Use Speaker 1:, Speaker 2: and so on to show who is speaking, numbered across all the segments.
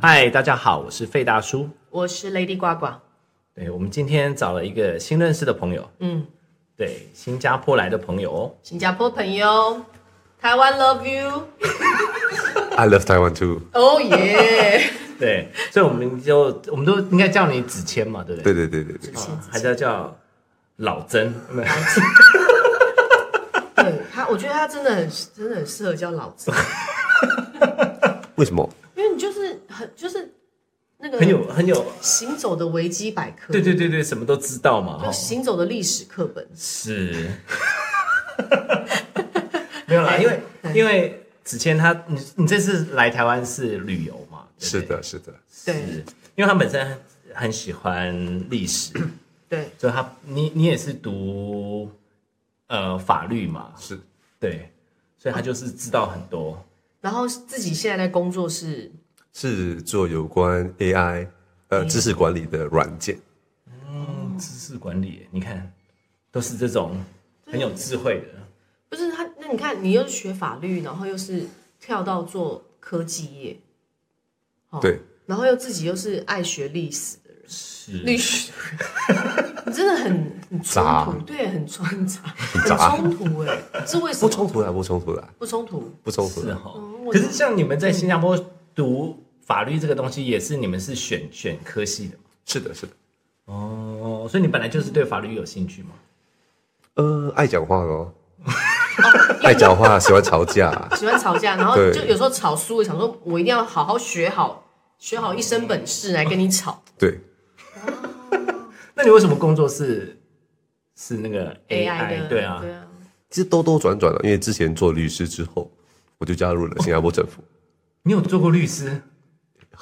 Speaker 1: 嗨，大家好，我是费大叔。
Speaker 2: 我是 Lady 呱呱，
Speaker 1: 对，我们今天找了一个新认识的朋友，
Speaker 2: 嗯，
Speaker 1: 对，新加坡来的朋友哦。
Speaker 2: 新加坡朋友，台湾 love you，
Speaker 3: I love Taiwan too。
Speaker 2: 哦耶！
Speaker 1: 对，所以我们就我们都应该叫你子谦嘛，对不对？
Speaker 3: 对对对对对，
Speaker 1: 对，还是要叫老曾。
Speaker 2: 对他，我觉得他真的很真的很适合叫老子，
Speaker 3: 为什么？
Speaker 2: 因为你就是很就是那个
Speaker 1: 很有很有，
Speaker 2: 行走的维基百科，
Speaker 1: 对对对对，什么都知道嘛，
Speaker 2: 就
Speaker 1: 哈，
Speaker 2: 行走的历史课本，
Speaker 1: 是， 没有啦，因为因为子谦他，你你这次来台湾是旅游嘛？对不
Speaker 3: 是
Speaker 1: 对，
Speaker 3: 的，是的，
Speaker 2: 对
Speaker 1: 是，因为他本身很很喜欢历史，
Speaker 2: 对，
Speaker 1: 所以他你你也是读呃法律嘛，
Speaker 3: 是
Speaker 1: 对，所以他就是知道很多，
Speaker 2: 然后自己现在在工作是
Speaker 3: 是做有关 AI 呃知识管理的软件。
Speaker 1: 嗯，知识管理，你看都是这种很有智慧的。
Speaker 2: 不是他？那你看你又是学法律，然后又是跳到做科技业，哦
Speaker 3: 对，
Speaker 2: 然后又自己又是爱学历史的人，
Speaker 1: 是
Speaker 2: 历史，你真的很很
Speaker 3: 杂
Speaker 2: 冲突，对，很穿 杂，很
Speaker 3: 杂
Speaker 2: 冲突哎，是为什
Speaker 3: 不
Speaker 2: 么？
Speaker 3: 冲突啦，不冲突啦，
Speaker 2: 不冲突，
Speaker 3: 不冲突
Speaker 1: 是啊
Speaker 3: 啦。
Speaker 1: 哈、
Speaker 2: 嗯我
Speaker 1: 可是像你们在新加坡读法律这个东西，也是你们是选选科系的嘛
Speaker 3: 是的，是的。
Speaker 1: 哦，所以你本来就是对法律有兴趣嘛？
Speaker 3: 呃，爱讲话咯， 爱讲话，喜欢吵架。
Speaker 2: 喜欢吵架，然后
Speaker 3: 对
Speaker 2: 就有时候吵输了，想说我一定要好好学好，学好一身本事来跟你吵。
Speaker 3: 对，
Speaker 1: 那你为什么工作是是那个
Speaker 3: 哎
Speaker 2: AI 的，
Speaker 1: 对啊，
Speaker 2: 对啊，
Speaker 3: 其实兜兜转转了，因为之前做律师之后，我就加入了新加坡政府，
Speaker 1: 你有做过律师？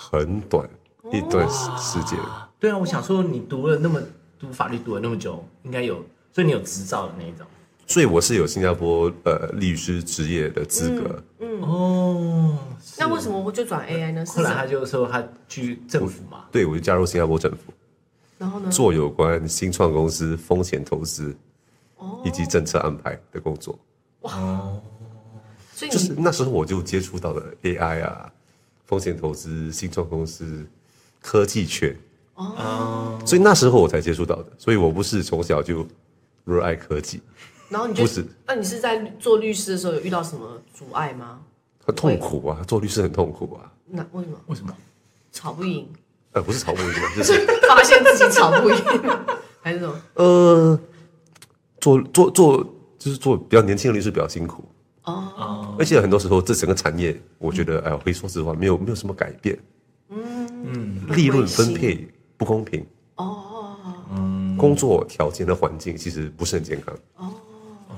Speaker 3: 很短一段时间。
Speaker 1: 对啊，我想说你读了那么读法律读了那么久，应该有，所以你有执照的那一种。
Speaker 3: 所以我是有新加坡呃律师职业的资格，
Speaker 1: 哦，
Speaker 2: 那为什么我就转 AI 呢？是
Speaker 1: 后
Speaker 2: 什
Speaker 1: 来他
Speaker 2: 么？
Speaker 1: 就说他去政府嘛，
Speaker 3: 对我就加入新加坡政府，
Speaker 2: 然后呢？
Speaker 3: 做有关新创公司风险投资以及政策安排的工作。
Speaker 2: 所以
Speaker 3: 就是
Speaker 2: 你
Speaker 3: 那时候我就接触到了 AI 啊，风险投资、新创公司、科技圈。哦，所以那时候我才接触到的，所以我不是从小就热爱科技，
Speaker 2: 然后你就
Speaker 3: 不是
Speaker 2: 那你是在做律师的时候有遇到什么阻碍吗？
Speaker 3: 很痛苦啊，做律师很痛苦啊，
Speaker 2: 那为什么
Speaker 1: 为什么？
Speaker 2: 吵不赢？
Speaker 3: 呃，不是吵不赢啊，就是
Speaker 2: 发现自己吵不赢， 还是什么？
Speaker 3: 呃，做做做就是做比较年轻的律师比较辛苦，
Speaker 1: 哦，
Speaker 3: 而且很多时候这整个产业，我觉得哎，我可以说实话，没有没有什么改变，嗯嗯，利润分配不公平，
Speaker 2: 哦，
Speaker 1: 嗯
Speaker 3: 工作条件和环境其实不是很健康。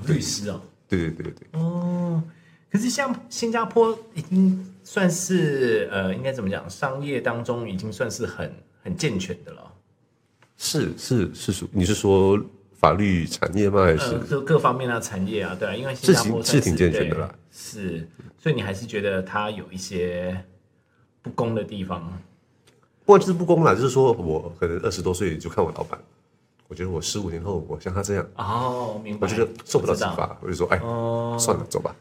Speaker 1: 律师哦，
Speaker 3: 对对对对对，
Speaker 1: 哦，可是像新加坡已经算是呃，应该怎么讲，商业当中已经算是很很健全的了，
Speaker 3: 是是是属，你是说法律产业吗？还是、
Speaker 1: 呃，就各方面啊，产业啊，对啊，因为新加坡
Speaker 3: 是挺
Speaker 1: 算
Speaker 3: 是挺健全的啦，
Speaker 1: 对是，所以你还是觉得它有一些不公的地方，
Speaker 3: 不管是不公啦，就是说我可能二十多岁就看我老板，我觉得我十五年后我像他这样，
Speaker 1: 哦，明白，
Speaker 3: 我觉得受不了
Speaker 1: 我知
Speaker 3: 惩
Speaker 1: 道
Speaker 3: 罚，我就说哎，
Speaker 1: 哦，
Speaker 3: 算了，走吧。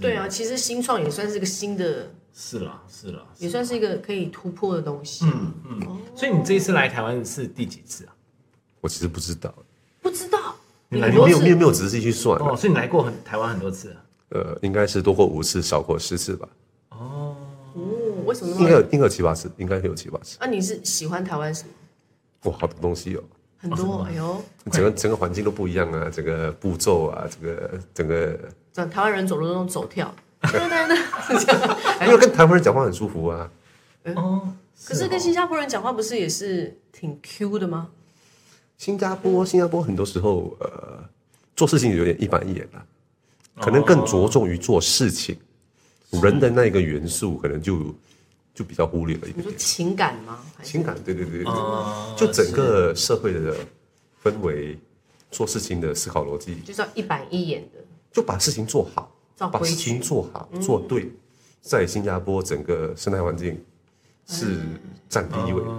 Speaker 2: 对啊，其实新创也算是个新的，
Speaker 1: 是啦，是啦，
Speaker 2: 也算是一个可以突破的东西。
Speaker 1: 嗯嗯。所以你这一次来台湾是第几次啊？
Speaker 3: 我其实不知道，
Speaker 2: 不知道，
Speaker 1: 你
Speaker 2: 你
Speaker 1: 来
Speaker 2: 很
Speaker 3: 没
Speaker 2: 多
Speaker 3: 有没
Speaker 2: 次
Speaker 3: 有没有仔细去算、啊
Speaker 1: 哦，所以你来过很台湾很多次啊。
Speaker 3: 呃，应该是多过五次，少过十次吧，
Speaker 2: 哦，为什么
Speaker 3: 应
Speaker 2: 那
Speaker 3: 该
Speaker 2: 么？
Speaker 3: 有应该有七八次，应该有七八次。
Speaker 2: 那你是喜欢台湾什么？
Speaker 3: 哇，好多东西哦，
Speaker 2: 很多，哎呦，
Speaker 3: 整个整个环境都不一样啊，整个步骤啊，整个整个，
Speaker 2: 讲台湾人走路那种走跳，对对对，这样。
Speaker 3: 因为跟台湾人讲话很舒服啊。
Speaker 1: 哦，
Speaker 2: 可是跟新加坡人讲话不是也是挺 Q 的吗？
Speaker 3: 新加坡，新加坡很多时候呃做事情有点一板一眼啦、可能更着重于做事情，人的那一个元素可能就就比较忽略了一
Speaker 2: 你
Speaker 3: 点
Speaker 2: 说
Speaker 3: 点。
Speaker 2: 情感吗？还是
Speaker 3: 情感，对对对对对，
Speaker 1: 哦
Speaker 3: 就整个社会的氛围，做事情的思考逻辑，
Speaker 2: 就是要一板一眼的，
Speaker 3: 就把事情做好
Speaker 2: 照，
Speaker 3: 把
Speaker 2: 规矩嗯
Speaker 3: 事情做好做对，在新加坡整个生态环境是占第一位的。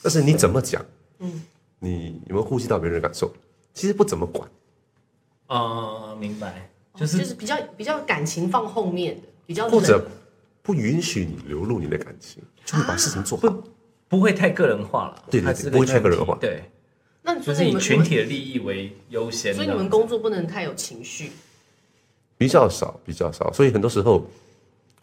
Speaker 3: 但是你怎么讲，
Speaker 2: 嗯
Speaker 3: 你有没有顾及到别人的感受？其实不怎么管。
Speaker 1: 哦，明白，
Speaker 2: 就
Speaker 1: 就是
Speaker 2: 哦是比较比较感情放后面的，比较
Speaker 3: 或者
Speaker 2: 冷
Speaker 3: 不允许你流露你的感情，就你把事情做好。
Speaker 1: 不不会太个人化了，
Speaker 3: 对对对
Speaker 1: 它是个
Speaker 3: 不会太
Speaker 1: 群体
Speaker 3: 个人化
Speaker 1: 对，
Speaker 2: 那你
Speaker 1: 就
Speaker 2: 说
Speaker 1: 是
Speaker 2: 你
Speaker 1: 以
Speaker 2: 们
Speaker 1: 群体的利益为优先。
Speaker 2: 所以你
Speaker 1: 这
Speaker 2: 们
Speaker 1: 样
Speaker 2: 工作不能太有情绪，
Speaker 3: 比较少，比较少。所以很多时候，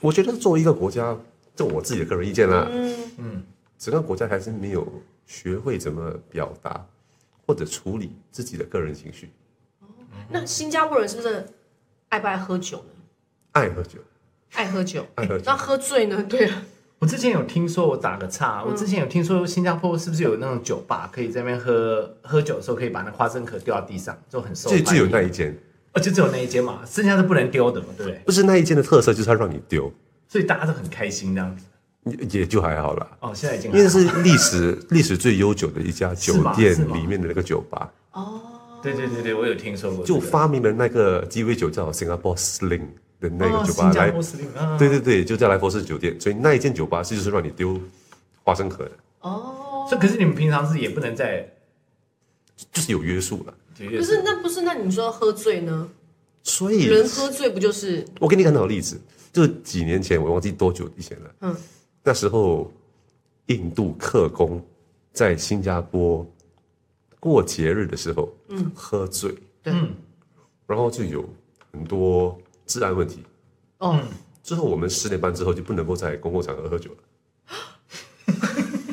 Speaker 3: 我觉得作为一个国家，这我自己的个人意见啦，嗯整个国家还是没有学会怎么表达或者处理自己的个人情绪。
Speaker 2: 那新加坡人是不是爱不爱喝酒呢？
Speaker 3: 爱喝酒，
Speaker 2: 爱喝酒，
Speaker 3: 爱喝酒
Speaker 2: 那喝醉呢？ 对啊，
Speaker 1: 我之前有听说，我打个岔，
Speaker 2: 嗯
Speaker 1: 我之前有听说新加坡是不是有那种酒吧，可以在那边喝喝酒的时候可以把那花生壳丢到地上，就很受
Speaker 3: 就
Speaker 1: 欢迎。
Speaker 3: 就有那一间，
Speaker 1: 哦，就只有那一间嘛，剩下是不能丢的嘛，对不对？
Speaker 3: 不是那一间的特色，就是它让你丢，
Speaker 1: 所以大家都很开心这样子。
Speaker 3: 也也就还好啦。
Speaker 1: 哦，现在已经
Speaker 3: 因为是历史历史最悠久的一家酒
Speaker 1: 是吗
Speaker 3: 店
Speaker 1: 是吗
Speaker 3: 里面的那个酒吧，
Speaker 2: 哦，
Speaker 1: 对对对对，我有听说过这
Speaker 3: 就
Speaker 1: 个，
Speaker 3: 发明了那个鸡尾酒叫 Singapore Sling 的那
Speaker 1: 哦
Speaker 3: 个酒吧
Speaker 1: 新加
Speaker 3: 来
Speaker 1: 坡司令啊，
Speaker 3: 对对对，就在莱佛士酒店，所以那一间酒吧是就是让你丢花生壳的，
Speaker 2: 哦，
Speaker 1: 所以可是你们平常是也不能在
Speaker 3: 就就是有约束了。
Speaker 1: 九月
Speaker 2: 可是那不是？那你说喝醉呢？
Speaker 3: 所以，
Speaker 2: 人喝醉不就是
Speaker 3: 我给你一个很好的例子，就是几年前我忘记多久以前了，
Speaker 2: 嗯
Speaker 3: 那时候印度客工在新加坡过节日的时候，嗯，喝醉，
Speaker 2: 对
Speaker 1: 嗯
Speaker 3: 然后就有很多治安问题。
Speaker 2: 哦？
Speaker 3: 之后我们十点半之后就不能够在公共场合喝酒了。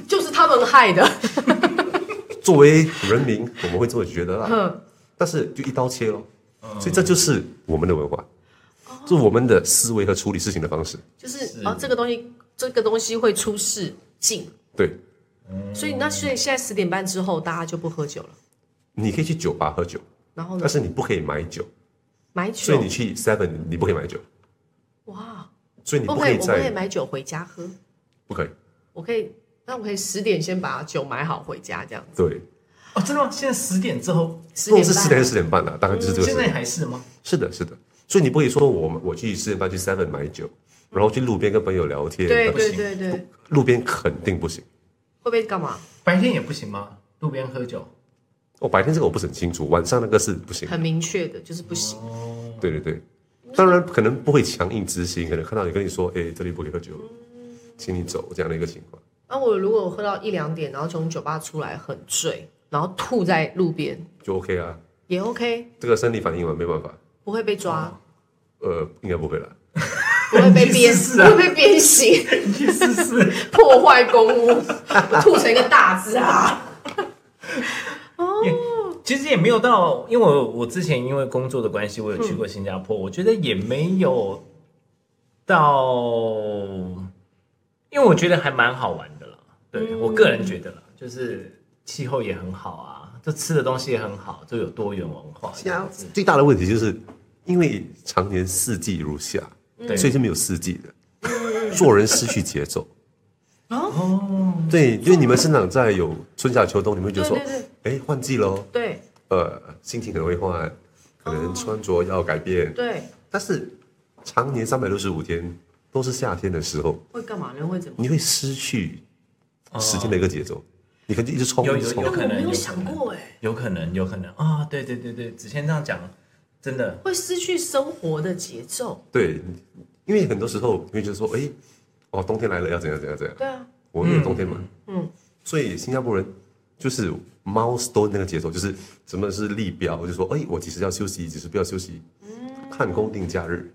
Speaker 2: 就是他们害 的，
Speaker 3: 作为人民，我们会这么觉得啦。
Speaker 2: 嗯
Speaker 3: 但是就一刀切咯，所以这就是我们的文化，这是我们的思维和处理事情的方式。
Speaker 2: 就是哦，这个东西，这个东西会出事进，
Speaker 3: 对，
Speaker 2: 所以那所以现在十点半之后大家就不喝酒了，
Speaker 3: 你可以去酒吧喝酒，
Speaker 2: 然后呢
Speaker 3: 但，是你不可以买酒，
Speaker 2: 买
Speaker 3: 所以
Speaker 2: 酒
Speaker 3: 你去 Seven 你不可以买酒，
Speaker 2: 哇，
Speaker 3: 所以你
Speaker 2: 我
Speaker 3: 不
Speaker 2: 可
Speaker 3: 可
Speaker 2: 以
Speaker 3: 以
Speaker 2: 我可以
Speaker 3: 在
Speaker 2: 买酒回家喝，
Speaker 3: 不可以
Speaker 2: 我可以，那我可以十点先把酒买好回家这样子，
Speaker 3: 对，
Speaker 1: 哦，真的吗？现在十点之后，
Speaker 2: 十
Speaker 3: 不
Speaker 2: 点
Speaker 3: 是
Speaker 2: 半嗯
Speaker 3: 四点还是十点半啦，大概就是这个时
Speaker 1: 现在
Speaker 3: 间。
Speaker 1: 还是吗？
Speaker 3: 是的，是的，所以你不可以说我们我去十点半去 Seven 买酒，然后去路边跟朋友聊天，
Speaker 2: 嗯对
Speaker 3: 不
Speaker 2: 对对对，会
Speaker 3: 路边肯定不行。
Speaker 2: 不会干嘛？
Speaker 1: 白天也不行吗？路边喝酒？
Speaker 3: 哦，白天这个我不是很清楚，晚上那个是不行。
Speaker 2: 很明确的，就是不行。
Speaker 3: 对对对，当然可能不会强硬执行，可能看到你跟你说，哎，这里不可以喝酒，请你走这样的一个情况。
Speaker 2: 那、我如果喝到一两点，然后从酒吧出来很醉，然后吐在路边
Speaker 3: 就 OK 啊，
Speaker 2: 也 OK，
Speaker 3: 这个生理反应嘛，没办法，
Speaker 2: 不会被抓，
Speaker 3: 呃，应该不会啦。
Speaker 2: 不会被
Speaker 1: 哦 你去
Speaker 2: 鞭，
Speaker 1: 试
Speaker 2: 不
Speaker 1: 试啊
Speaker 2: 会被鞭刑，
Speaker 1: 你去试试。
Speaker 2: 破坏公屋，吐成一个大字 啊！
Speaker 1: 其实也没有到，因为我我之前因为工作的关系，我有去过新加坡，我觉得也没有到，因为我觉得还蛮好玩的啦。对、我个人觉得啦，就是气候也很好啊，就吃的东西也很好，就有多元文化这样子。
Speaker 3: 最大的问题就是因为常年四季如夏，
Speaker 1: 对
Speaker 3: 所以就没有四季的，做人失去节奏。
Speaker 2: 哦，
Speaker 3: 对，因为你们生长在有春夏秋冬，你们会觉得说
Speaker 2: 对对，
Speaker 3: 哎，换季喽，
Speaker 2: 对
Speaker 3: 呃，心情可能会换，可
Speaker 2: 哦
Speaker 3: 能穿着要改变，
Speaker 2: 对，
Speaker 3: 但是常年三百六十五天都是夏天的时候。
Speaker 2: 会干嘛？人会怎么？
Speaker 3: 你会失去时间的一个节奏，你可能就一直冲
Speaker 1: 有
Speaker 3: 一直冲
Speaker 1: 哦有
Speaker 2: 那。
Speaker 1: 可
Speaker 2: 我
Speaker 1: 能
Speaker 2: 没
Speaker 1: 有可能
Speaker 2: 想过哎、
Speaker 1: 有可能，有可能啊、对对对对，子谦这样讲，真的
Speaker 2: 会失去生活的节奏。
Speaker 3: 对，因为很多时候你会觉得说，哎，哦，冬天来了，要怎样怎样怎样。
Speaker 2: 对啊，
Speaker 3: 我没有冬天嘛，嗯，所以新加坡人就是 milestone 那个节奏，就是什么是立标，就说，哎，我几时要休息，几时不要休息，看公定假日，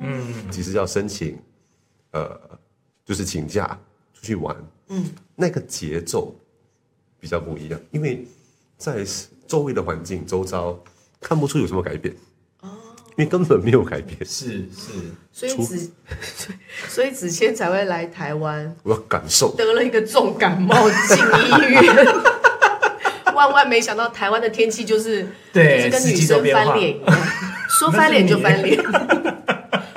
Speaker 3: 嗯，几时要申请，呃，就是请假出去玩，嗯，那个节奏比较不一样，因为在周围的环境周遭看不出有什么改变，哦因为根本没有改变，
Speaker 1: 是是，
Speaker 2: 所以
Speaker 3: 除
Speaker 2: 子， 所以子谦才会来台湾，
Speaker 3: 我要感受，
Speaker 2: 得了一个重感冒进医院。万万没想到，台湾的天气就是
Speaker 1: 对，
Speaker 2: 就是跟
Speaker 1: 四
Speaker 2: 女
Speaker 1: 季都
Speaker 2: 生
Speaker 1: 变
Speaker 2: 翻
Speaker 1: 化
Speaker 2: 脸一样，说翻脸就翻脸，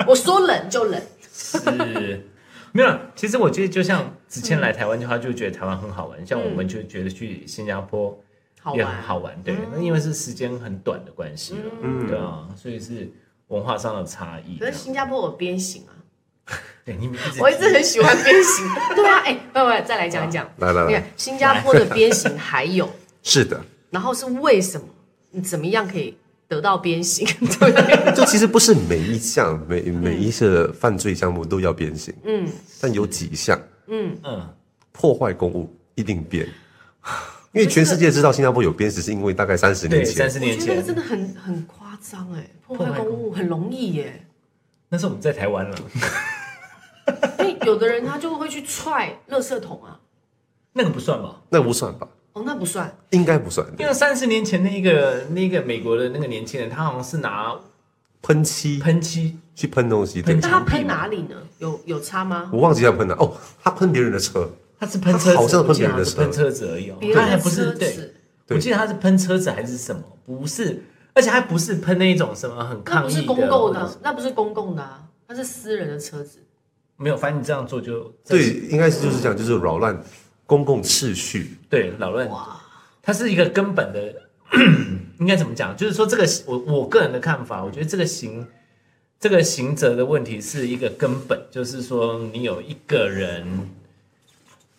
Speaker 2: 我说冷就冷。
Speaker 1: 是， 没有啦。其实我觉得，就像之前来台湾的话，就觉得台湾很好玩，
Speaker 2: 嗯
Speaker 1: 像我们就觉得去新加坡
Speaker 2: 好
Speaker 1: 也很
Speaker 2: 玩，嗯
Speaker 1: 好玩。对，那因为是时间很短的关系啦，对啊，所以是文化上的差异
Speaker 2: 可
Speaker 1: 这
Speaker 2: 是
Speaker 1: 样。
Speaker 2: 新加坡有鞭刑啊，
Speaker 1: 对，你们一直
Speaker 2: 我一直很喜欢鞭刑。 对啊，哎、不不，再来讲一讲。
Speaker 3: 来来
Speaker 2: 你看
Speaker 3: 来，
Speaker 2: 新加坡的鞭刑还有，
Speaker 3: 是的，
Speaker 2: 然后是为什么？你怎么样可以得到鞭刑，对不对？
Speaker 3: 就其实不是每一项每每一个犯罪项目都要鞭刑，
Speaker 2: 嗯，
Speaker 3: 但有几项
Speaker 1: 嗯，
Speaker 3: 破坏公务一定鞭，因为全世界知道新加坡有鞭，只是因为大概三十
Speaker 1: 对，
Speaker 3: 年
Speaker 1: 三
Speaker 3: 前，
Speaker 1: 十
Speaker 2: 我
Speaker 1: 年
Speaker 2: 觉得那
Speaker 1: 前
Speaker 2: 个真的很很夸张哎，破
Speaker 1: 破
Speaker 2: 坏
Speaker 1: 坏
Speaker 2: 公
Speaker 1: 公
Speaker 2: 物很容易耶，
Speaker 1: 那时候我们在台湾了，
Speaker 2: 因为有的人他就会去踹垃圾桶啊，
Speaker 1: 那个不算吧？
Speaker 3: 那不算吧？
Speaker 2: 哦，那不算，
Speaker 3: 应该不算，
Speaker 1: 因为三十年前那个那个美国的那个年轻人，他好像是拿
Speaker 3: 喷漆
Speaker 1: 喷漆，
Speaker 3: 去喷东西，对
Speaker 1: 喷
Speaker 2: 那，他
Speaker 1: 墙壁
Speaker 2: 喷
Speaker 1: 嘛
Speaker 2: 哪里呢？有有差吗？
Speaker 3: 我忘记他喷了哦，他喷别人的车，
Speaker 1: 他是喷车子，
Speaker 3: 他好像
Speaker 1: 我记得他
Speaker 3: 喷别人的
Speaker 1: 是
Speaker 3: 车
Speaker 1: 喷车子而已哦
Speaker 2: 别，人
Speaker 1: 他还
Speaker 2: 的
Speaker 1: 不
Speaker 2: 车
Speaker 1: 是对，
Speaker 2: 子，
Speaker 3: 对
Speaker 1: 我记得他是喷车子还是什么，不是，而且还不是喷那种什么很
Speaker 2: 那
Speaker 1: 抗
Speaker 2: 不
Speaker 1: 议
Speaker 2: 是公共
Speaker 1: 或者是
Speaker 2: 的，那不是公共的啊，那是私人的车子。
Speaker 1: 没有，反正你这样做就
Speaker 3: 对，应该是就是这样，就是扰乱公共秩序，
Speaker 1: 对扰乱
Speaker 2: 哇，
Speaker 1: 它是一个根本的， 应该怎么讲？就是说，这个我我个人的看法，我觉得这个行这个行责的问题是一个根本，就是说你有一个人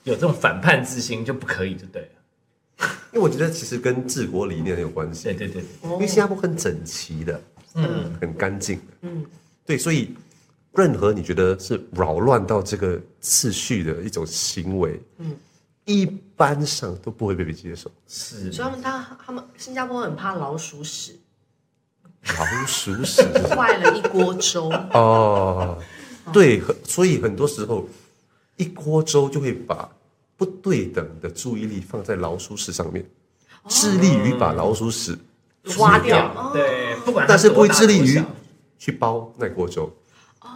Speaker 1: 有这种反叛之心就不可以，就对了。
Speaker 3: 因为我觉得其实跟治国理念有关系
Speaker 1: 对，对对，
Speaker 3: 因
Speaker 2: 哦
Speaker 3: 为新加坡很整齐的，
Speaker 2: 嗯，
Speaker 3: 很干净的，
Speaker 2: 嗯
Speaker 3: 嗯，对，所以任何你觉得是扰乱到这个秩序的一种行为，嗯，一般上都不会被接受。
Speaker 1: 是
Speaker 2: 所以他们他他们新加坡很怕老鼠屎，
Speaker 3: 老鼠屎
Speaker 2: 坏了一锅粥。
Speaker 3: 哦，对，很所以很多时候一锅粥就会把不对等的注意力放在老鼠屎上面，致力于把老鼠屎
Speaker 2: 挖
Speaker 3: 除
Speaker 2: 掉哦
Speaker 1: 对，不管它
Speaker 3: 但是不会
Speaker 1: 多大
Speaker 3: 致力
Speaker 1: 多
Speaker 3: 于
Speaker 1: 小
Speaker 3: 去包那锅粥，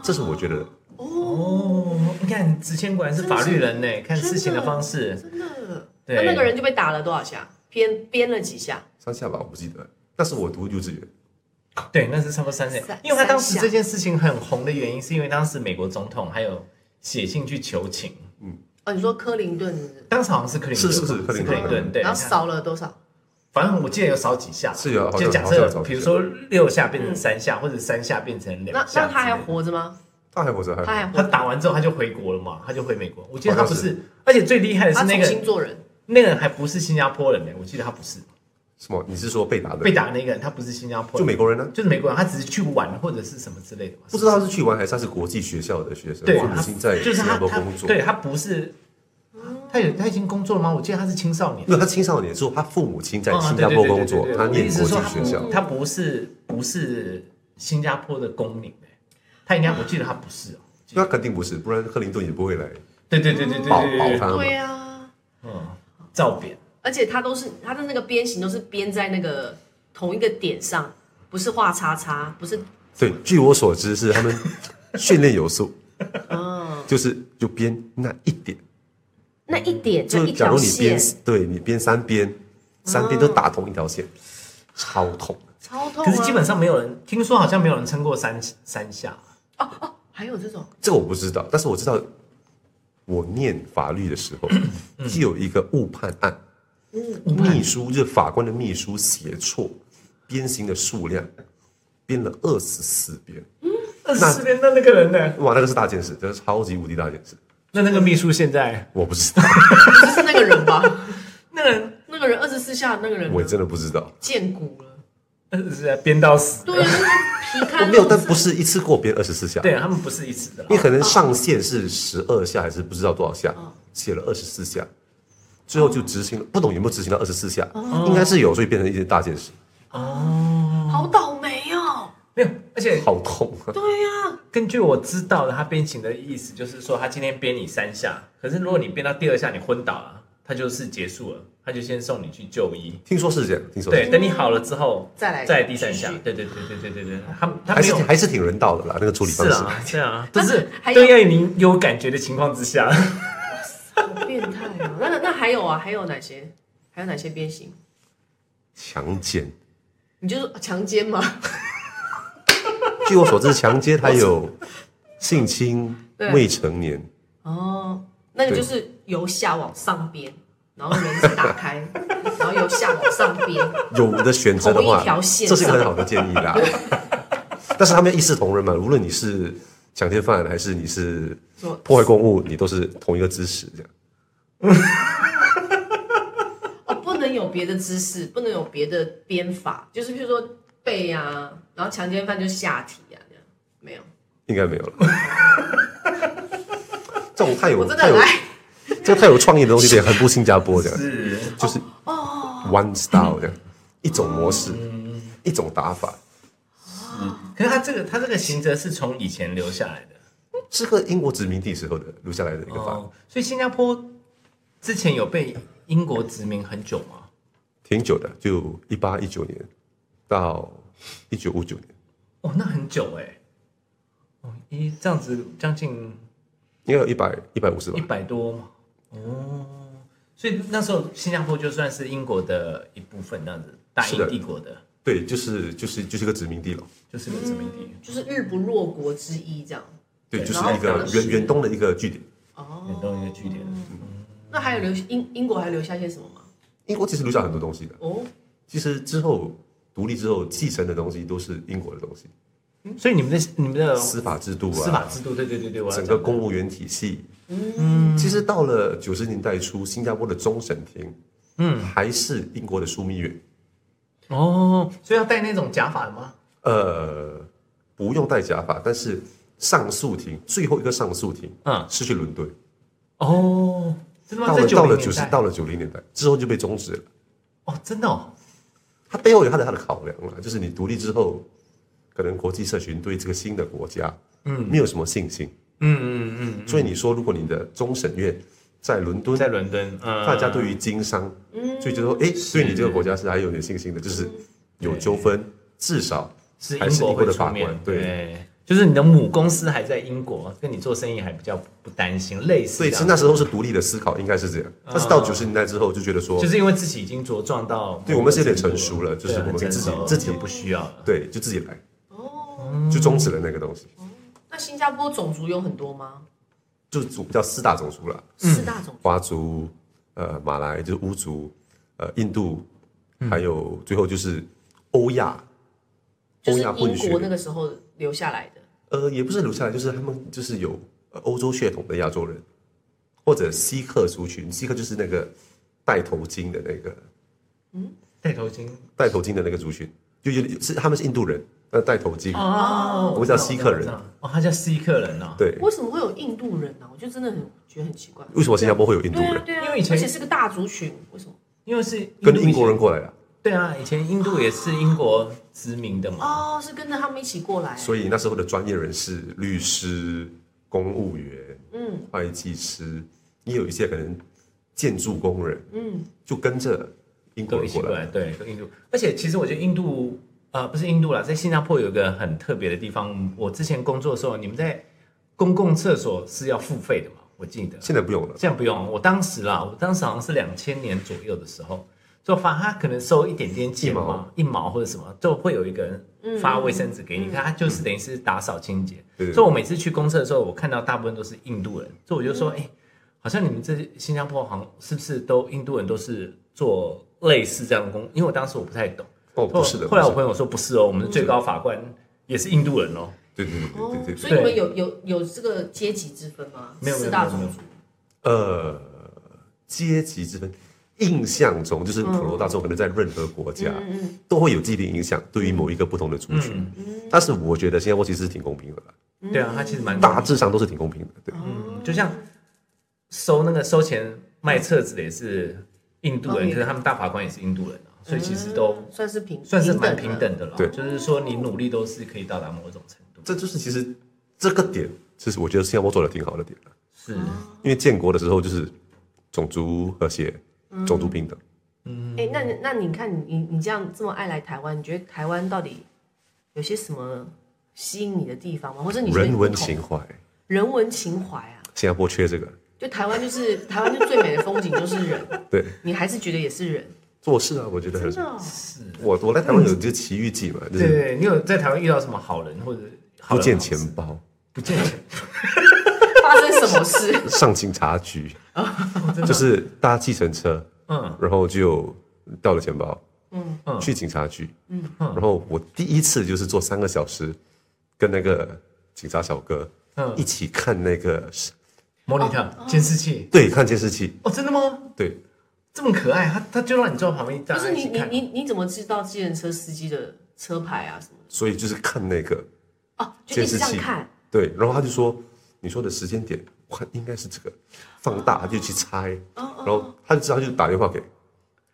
Speaker 3: 这是我觉得。
Speaker 1: 哦。你看，子谦果然是法律人呢，看事情的方式。
Speaker 2: 真的。
Speaker 1: 对
Speaker 2: 那那个人就被打了多少下？鞭鞭了几下？
Speaker 3: 上下吧，我不记得。那是我读幼稚园，
Speaker 1: 对，那是差不多三十年
Speaker 2: 三，
Speaker 1: 因为他当时
Speaker 2: 三下
Speaker 1: 这件事情很红的原因，是因为当时美国总统还有写信去求情，
Speaker 2: 哦，你说克林顿是不是？
Speaker 1: 当时好像是克林顿吧，
Speaker 3: 是是是克林顿
Speaker 1: 克林顿，对，
Speaker 2: 然后少了多少？
Speaker 1: 反正我记得有少几下，
Speaker 3: 是有啊好像
Speaker 1: 就假
Speaker 3: 好像有
Speaker 1: 设
Speaker 3: 少几下
Speaker 1: 比如说六下变成三下，或者三下变成
Speaker 2: 那
Speaker 1: 两
Speaker 2: 那
Speaker 1: 下，
Speaker 2: 他还。活着吗？
Speaker 3: 他还活着，
Speaker 2: 他
Speaker 3: 还
Speaker 2: 还活
Speaker 1: 他
Speaker 2: 着，
Speaker 1: 打完之后他就回国了嘛，他就回美国。我记得
Speaker 3: 好
Speaker 1: 他
Speaker 3: 像
Speaker 1: 不是，而且最厉害的是
Speaker 2: 他
Speaker 1: 那
Speaker 2: 重新
Speaker 1: 个
Speaker 2: 做人。
Speaker 1: 那个人还不是新加坡人呢，我记得他不是
Speaker 3: 什么？你是说被打的？
Speaker 1: 被打的那个人，他不是新加坡
Speaker 3: 就
Speaker 1: 人，
Speaker 3: 美国人呢？
Speaker 1: 就是美国人，他只是去玩或者是什么之类的嘛，
Speaker 3: 不知道他是去玩还是他是国际学校的学生，
Speaker 1: 对，
Speaker 3: 父母
Speaker 1: 他
Speaker 3: 亲在
Speaker 1: 就是
Speaker 3: 新加
Speaker 1: 他
Speaker 3: 坡
Speaker 1: 他
Speaker 3: 工作。
Speaker 1: 对他不是，他有他已经工作了吗？我记得他是青少年
Speaker 3: 因。为他青少年之后，他父母亲在
Speaker 1: 哦
Speaker 3: 新加坡工作
Speaker 1: 对对对对对，
Speaker 3: 他念国际
Speaker 1: 我的意思
Speaker 3: 学
Speaker 1: 是
Speaker 3: 校
Speaker 1: 说，他不是不是新加坡的公民、欸、他应该我记得他不是哦、
Speaker 3: 那肯定不是，不然克林顿也不会来
Speaker 1: 对对对对对
Speaker 3: 保
Speaker 1: 对
Speaker 3: 保
Speaker 1: 对对，
Speaker 3: 他嘛
Speaker 2: 对。啊，
Speaker 1: 嗯，照扁，
Speaker 2: 而且他都是他的那个鞭刑都是鞭在那个同一个点上，不是画叉叉，不是
Speaker 3: 对，据我所知是他们训练有素，
Speaker 1: 哦
Speaker 2: 嗯
Speaker 3: 就是就编那一点，
Speaker 2: 那一点
Speaker 3: 就
Speaker 2: 就是一
Speaker 3: 假
Speaker 2: 条
Speaker 3: 如你
Speaker 2: 线
Speaker 3: 编，，对你编三边，三
Speaker 1: 哦
Speaker 3: 边都打同一条线，超痛。
Speaker 2: 超痛啊。
Speaker 1: 可是基本上没有人，听说好像没有人撑过三三下，
Speaker 2: 还有这种
Speaker 3: 这个我不知道，但是我知道，我念法律的时候，就有一个误判案，秘书就是法官的秘书写错鞭刑的数量，编了二十四鞭，
Speaker 1: 二十四天那那个人呢？
Speaker 3: 哇，那个是大件事，这是超级无敌大件事，
Speaker 1: 那那个秘书现在
Speaker 3: 我不知道，
Speaker 2: 是那个人吧？
Speaker 1: 那个人
Speaker 2: 那个人二十四下，那个人
Speaker 3: 我也真的不知道，
Speaker 2: 见骨了。
Speaker 1: 呃是在编到死的，
Speaker 2: 对啊，那个皮
Speaker 3: 我
Speaker 2: 看
Speaker 3: 没有，
Speaker 2: 肉
Speaker 3: 但
Speaker 2: 色
Speaker 3: 不是一次过编二十四下，
Speaker 1: 对他啊们不是一次的啦
Speaker 3: 你，可能上限是十二下还是不知道多少下，写了二十四下，最后就执行了，不懂有没有执行到二十四下，应该是有，所以变成一件大件事，
Speaker 2: 好倒霉哦。
Speaker 1: 没有，而且
Speaker 3: 好痛啊！
Speaker 2: 对呀、
Speaker 1: 根据我知道的，他鞭刑的意思就是说，他今天鞭你三下，可是如果你鞭到第二下你昏倒了，他就是结束了，他就先送你去就医。
Speaker 3: 听说是这样，听说是这样
Speaker 1: 对，等你好了之后
Speaker 2: 再来
Speaker 1: 再第三下
Speaker 2: 继续。
Speaker 1: 对对对对对对对，他他
Speaker 3: 还
Speaker 1: 没
Speaker 3: 是
Speaker 1: 有
Speaker 3: 还是挺人道的啦，那个处理
Speaker 1: 是
Speaker 3: 方式。
Speaker 1: 啊是啊，就
Speaker 2: 但
Speaker 1: 是
Speaker 2: 是还有
Speaker 1: 对于你有感觉的情况之下，
Speaker 2: 好变态啊！那那还有啊，还有哪些？还有哪些变形？
Speaker 3: 强奸，
Speaker 2: 你就是强奸吗？
Speaker 3: 据我所知，强奸还有性侵
Speaker 2: 对
Speaker 3: 未成年，
Speaker 2: 哦，那个
Speaker 3: 对
Speaker 2: 就是由下往上边，然后门是打 开，然后由下往上边。
Speaker 3: 有的选择的
Speaker 2: 同
Speaker 3: 话
Speaker 2: 一条，线
Speaker 3: 这是一个很好的建议啦。 但是他们要一视同仁嘛，无论你是强奸犯还是你是
Speaker 2: 做
Speaker 3: 破坏公物，你都是同一个姿势这样。
Speaker 2: 哦，不能有别的姿势，不能有别的编法，就是譬如说背啊，然后强奸犯就下体啊，这样没有。
Speaker 3: 应该没 有了。这种太有
Speaker 2: 我真的
Speaker 3: 太
Speaker 2: 很
Speaker 3: 有
Speaker 2: 爱
Speaker 3: 这个太有创意的东西也很不新加坡这样，
Speaker 1: 是
Speaker 3: 就是
Speaker 2: 哦
Speaker 3: one style 这样，一种模式，一种打法，
Speaker 1: 可是他这个他这个刑责是从以前留下来的
Speaker 3: 是个英国殖民地时候的留下来的一个法，
Speaker 1: 哦，所以新加坡之前有被英国殖民很久吗？
Speaker 3: 挺久的，就一八一九年到一九五九年，
Speaker 1: 哦，那很久哎、哦，一这样子将近
Speaker 3: 应该有一百一百五十吧
Speaker 1: 一，百多嘛，哦，所以那时候新加坡就算是英国的一部分，那样子大
Speaker 3: 是
Speaker 1: 英
Speaker 3: 的
Speaker 1: 帝国的，
Speaker 3: 对，就是就是就是个殖民地了，
Speaker 1: 就是个殖民地。
Speaker 2: 就是日不落国之一这样。
Speaker 3: 对，
Speaker 1: 对
Speaker 3: 就是
Speaker 2: 然后
Speaker 3: 一个
Speaker 2: 当时
Speaker 3: 远远东的一个据点。
Speaker 2: 哦
Speaker 1: 远，东一个据点。
Speaker 2: 那还有留英英国还留下些什么吗？
Speaker 3: 英国其实留下很多东西的，
Speaker 2: 哦，
Speaker 3: 其实之后独立之后继承的东西都是英国的东西，嗯
Speaker 1: 所以你们的你们的
Speaker 3: 司法制度啊，
Speaker 1: 司法制度，对对对对，我要
Speaker 3: 整
Speaker 1: 讲
Speaker 3: 个
Speaker 1: 的
Speaker 3: 公务员体系。嗯，其实到了九十年代初，新加坡的终审庭，嗯，还是英国的枢密院。
Speaker 1: 哦，所以要戴那种假发吗？
Speaker 3: 呃，不用戴假发，但是上诉庭最后一个上诉庭，
Speaker 1: 嗯
Speaker 3: 是去伦敦。
Speaker 1: 哦，真的吗？
Speaker 3: 到
Speaker 1: 在
Speaker 3: 了到了
Speaker 1: 九
Speaker 3: 九
Speaker 1: 十
Speaker 3: 十到了九零年代之后就被终止了。
Speaker 1: 哦，真的哦，
Speaker 3: 它背后有它的它的考量了，就是你独立之后，可能国际社群对这个新的国家，嗯，没有什么信心。
Speaker 1: 嗯嗯嗯
Speaker 3: 所以你说，如果你的终审院在伦敦
Speaker 1: 嗯，，在伦敦，嗯，
Speaker 3: 大家对于经商，所以就说，哎，对你这个国家是还有点信心的，就是有纠纷，至少
Speaker 1: 是
Speaker 3: 还
Speaker 1: 英
Speaker 3: 是英
Speaker 1: 国
Speaker 3: 国
Speaker 1: 会
Speaker 3: 的
Speaker 1: 出
Speaker 3: 法
Speaker 1: 面
Speaker 3: 官，，对。
Speaker 1: 就是你的母公司还在英国，跟你做生意还比较不担心，类似
Speaker 3: 所
Speaker 1: 这
Speaker 3: 以
Speaker 1: 样
Speaker 3: 其实那时候是独立的思考，应该是这样。但是到九十年代之后，就觉得说
Speaker 1: 就，是因为自己已经茁壮到，
Speaker 3: 对我们是有点成熟了就是
Speaker 1: 对
Speaker 3: 我们
Speaker 1: 很成
Speaker 3: 自己
Speaker 1: 熟了
Speaker 3: 自己
Speaker 1: 就不需要了。
Speaker 3: 对，就自己来，
Speaker 2: 哦，
Speaker 3: 就终止了那个东西，
Speaker 2: 那新加坡种族有很多吗？
Speaker 3: 就主叫四大种族了，
Speaker 2: 四大种族。
Speaker 3: 华族、呃马来就是巫族、呃印度，还有最后就是欧亚，
Speaker 2: 就
Speaker 3: 欧
Speaker 2: 是
Speaker 3: 亚混
Speaker 2: 英
Speaker 3: 血
Speaker 2: 国，那个时候留下来的。
Speaker 3: 呃，也不是留下来，就是他们就是有呃欧洲血统的亚洲人，或者锡克族群，锡克就是那个戴头巾的那个
Speaker 1: 戴头巾
Speaker 3: 戴头巾的那个族群，就有是他们是印度人，但戴头巾，
Speaker 1: 哦
Speaker 3: 我们叫锡克人
Speaker 1: 哦，他叫锡克人哦，
Speaker 3: 对，
Speaker 2: 为什么会有印度人呢、我就真的很觉得很奇怪。
Speaker 3: 为什么新加坡会有印度
Speaker 2: 对啊
Speaker 3: 人？
Speaker 2: 对啊，
Speaker 1: 因为以前
Speaker 2: 而且是个大族群，为什么？
Speaker 1: 因为是
Speaker 3: 跟
Speaker 1: 度以前
Speaker 3: 英国人过来的，
Speaker 1: 对啊，以前印度也是英国殖民的嘛，
Speaker 2: 哦，是跟着他们一起过来。
Speaker 3: 所以那时候的专业人士，律师、公务员、
Speaker 2: 嗯
Speaker 3: 会计师，也有一些可能建筑工人，
Speaker 2: 嗯，
Speaker 3: 就跟着英国
Speaker 1: 都一
Speaker 3: 人
Speaker 1: 起
Speaker 3: 过
Speaker 1: 过
Speaker 3: 来。
Speaker 1: 来，对，跟印度。而且其实我觉得印度啊、呃不是印度啦，在新加坡有一个很特别的地方，我之前工作的时候，你们在公共厕所是要付费的嘛？我记得
Speaker 3: 现在不用了，
Speaker 1: 现在不用，我当时啦，我当时好像是两千年左右的时候，就发他可能收一点点钱
Speaker 3: 一毛
Speaker 1: 嘛，一毛或者什么，就会有一个人发卫生纸给你，看他就是等于是打扫清洁。
Speaker 3: 嗯对对对
Speaker 1: 所以我每次去公厕的时候，我看到大部分都是印度人，所以我就
Speaker 3: 嗯
Speaker 1: 说，哎、好像你们这新加坡好像是不是都印度人都是做类似这样的工？因为我当时我不太懂，
Speaker 3: 哦，不是的，
Speaker 1: 后来我
Speaker 3: 不是的
Speaker 1: 朋友说不是哦，我们的最高法官也是印度人哦。
Speaker 3: 对对对
Speaker 2: 哦
Speaker 3: 对对，对，
Speaker 2: 所以你们有有有这个阶级之分吗？
Speaker 1: 没有没有
Speaker 2: 四大种
Speaker 1: 没有没
Speaker 2: 族。
Speaker 3: 呃，阶级之分，印象中就是普罗大众可能在任何国家
Speaker 2: 嗯嗯，
Speaker 3: 都会有既定影响，对于某一个不同的族群。但是我觉得新加坡其实是挺公平的啦，
Speaker 1: 对啊，他其实蛮
Speaker 3: 嗯
Speaker 2: 嗯
Speaker 3: 大致上都是挺公平的，对。
Speaker 2: 哦
Speaker 1: 嗯，就像收那个收钱卖册子的也是印度
Speaker 2: 哦嗯
Speaker 1: 人，
Speaker 2: 也
Speaker 1: 可是他们大法官也是印度人啊，所以其实都
Speaker 2: 算是平，
Speaker 1: 算是蛮
Speaker 2: 平
Speaker 1: 平
Speaker 2: 的。
Speaker 1: 等的了。
Speaker 3: 对
Speaker 1: 就是说你努力都是可以到达某种程度。
Speaker 3: 这就是其实这个点，其实我觉得新加坡做的挺好的点了
Speaker 1: 是，
Speaker 2: 嗯
Speaker 3: 因为建国的时候就是种族和谐、
Speaker 2: 嗯
Speaker 3: 种族平等。
Speaker 2: 哎、那你那你看你你这样这么爱来台湾，你觉得台湾到底有些什么吸引你的地方吗？或者你觉得你
Speaker 3: 人
Speaker 2: 不
Speaker 3: 文
Speaker 2: 同
Speaker 3: 情怀，
Speaker 2: 人文情怀啊？
Speaker 3: 新加坡缺这个。
Speaker 2: 就台湾就是台湾，就最美的风景就是 人，
Speaker 3: 对，
Speaker 2: 你还是觉得也是人，
Speaker 3: 做事啊，我觉得很
Speaker 2: 真。的、哦。嗯
Speaker 3: 我我来台湾有这个奇遇记嘛，就
Speaker 1: 对对
Speaker 3: 是
Speaker 1: 对，你有在台湾遇到什么好人或者好
Speaker 3: 不
Speaker 1: 人
Speaker 3: 见
Speaker 1: 好
Speaker 3: 钱
Speaker 1: 事
Speaker 3: 包，
Speaker 1: 不见钱，
Speaker 2: 发生什么 事？
Speaker 3: 上警察局，就是搭计程车，
Speaker 1: 嗯，
Speaker 3: 然后就掉了钱包，嗯
Speaker 1: 嗯
Speaker 3: 去警察局，嗯，然后我第一次就是坐三个小时，跟那个警察小哥，
Speaker 1: 嗯
Speaker 3: 一起看那个
Speaker 2: 哦
Speaker 1: ，monitor 监视器。
Speaker 3: 对看监视器，
Speaker 1: 哦，真的吗？
Speaker 3: 对，
Speaker 1: 这么可爱，他他就让你坐在旁边，
Speaker 2: 就是
Speaker 1: 大家一
Speaker 2: 你
Speaker 1: 起
Speaker 2: 你
Speaker 1: 看
Speaker 2: 你你怎么知道计程车司机的车牌啊什么
Speaker 3: 所以就是看那个，
Speaker 2: 的，哦，就一直这样看，
Speaker 3: 对，然后他就说你说的时间点，我看应该是这个，放大他就去猜，然后他就知道他就打电话给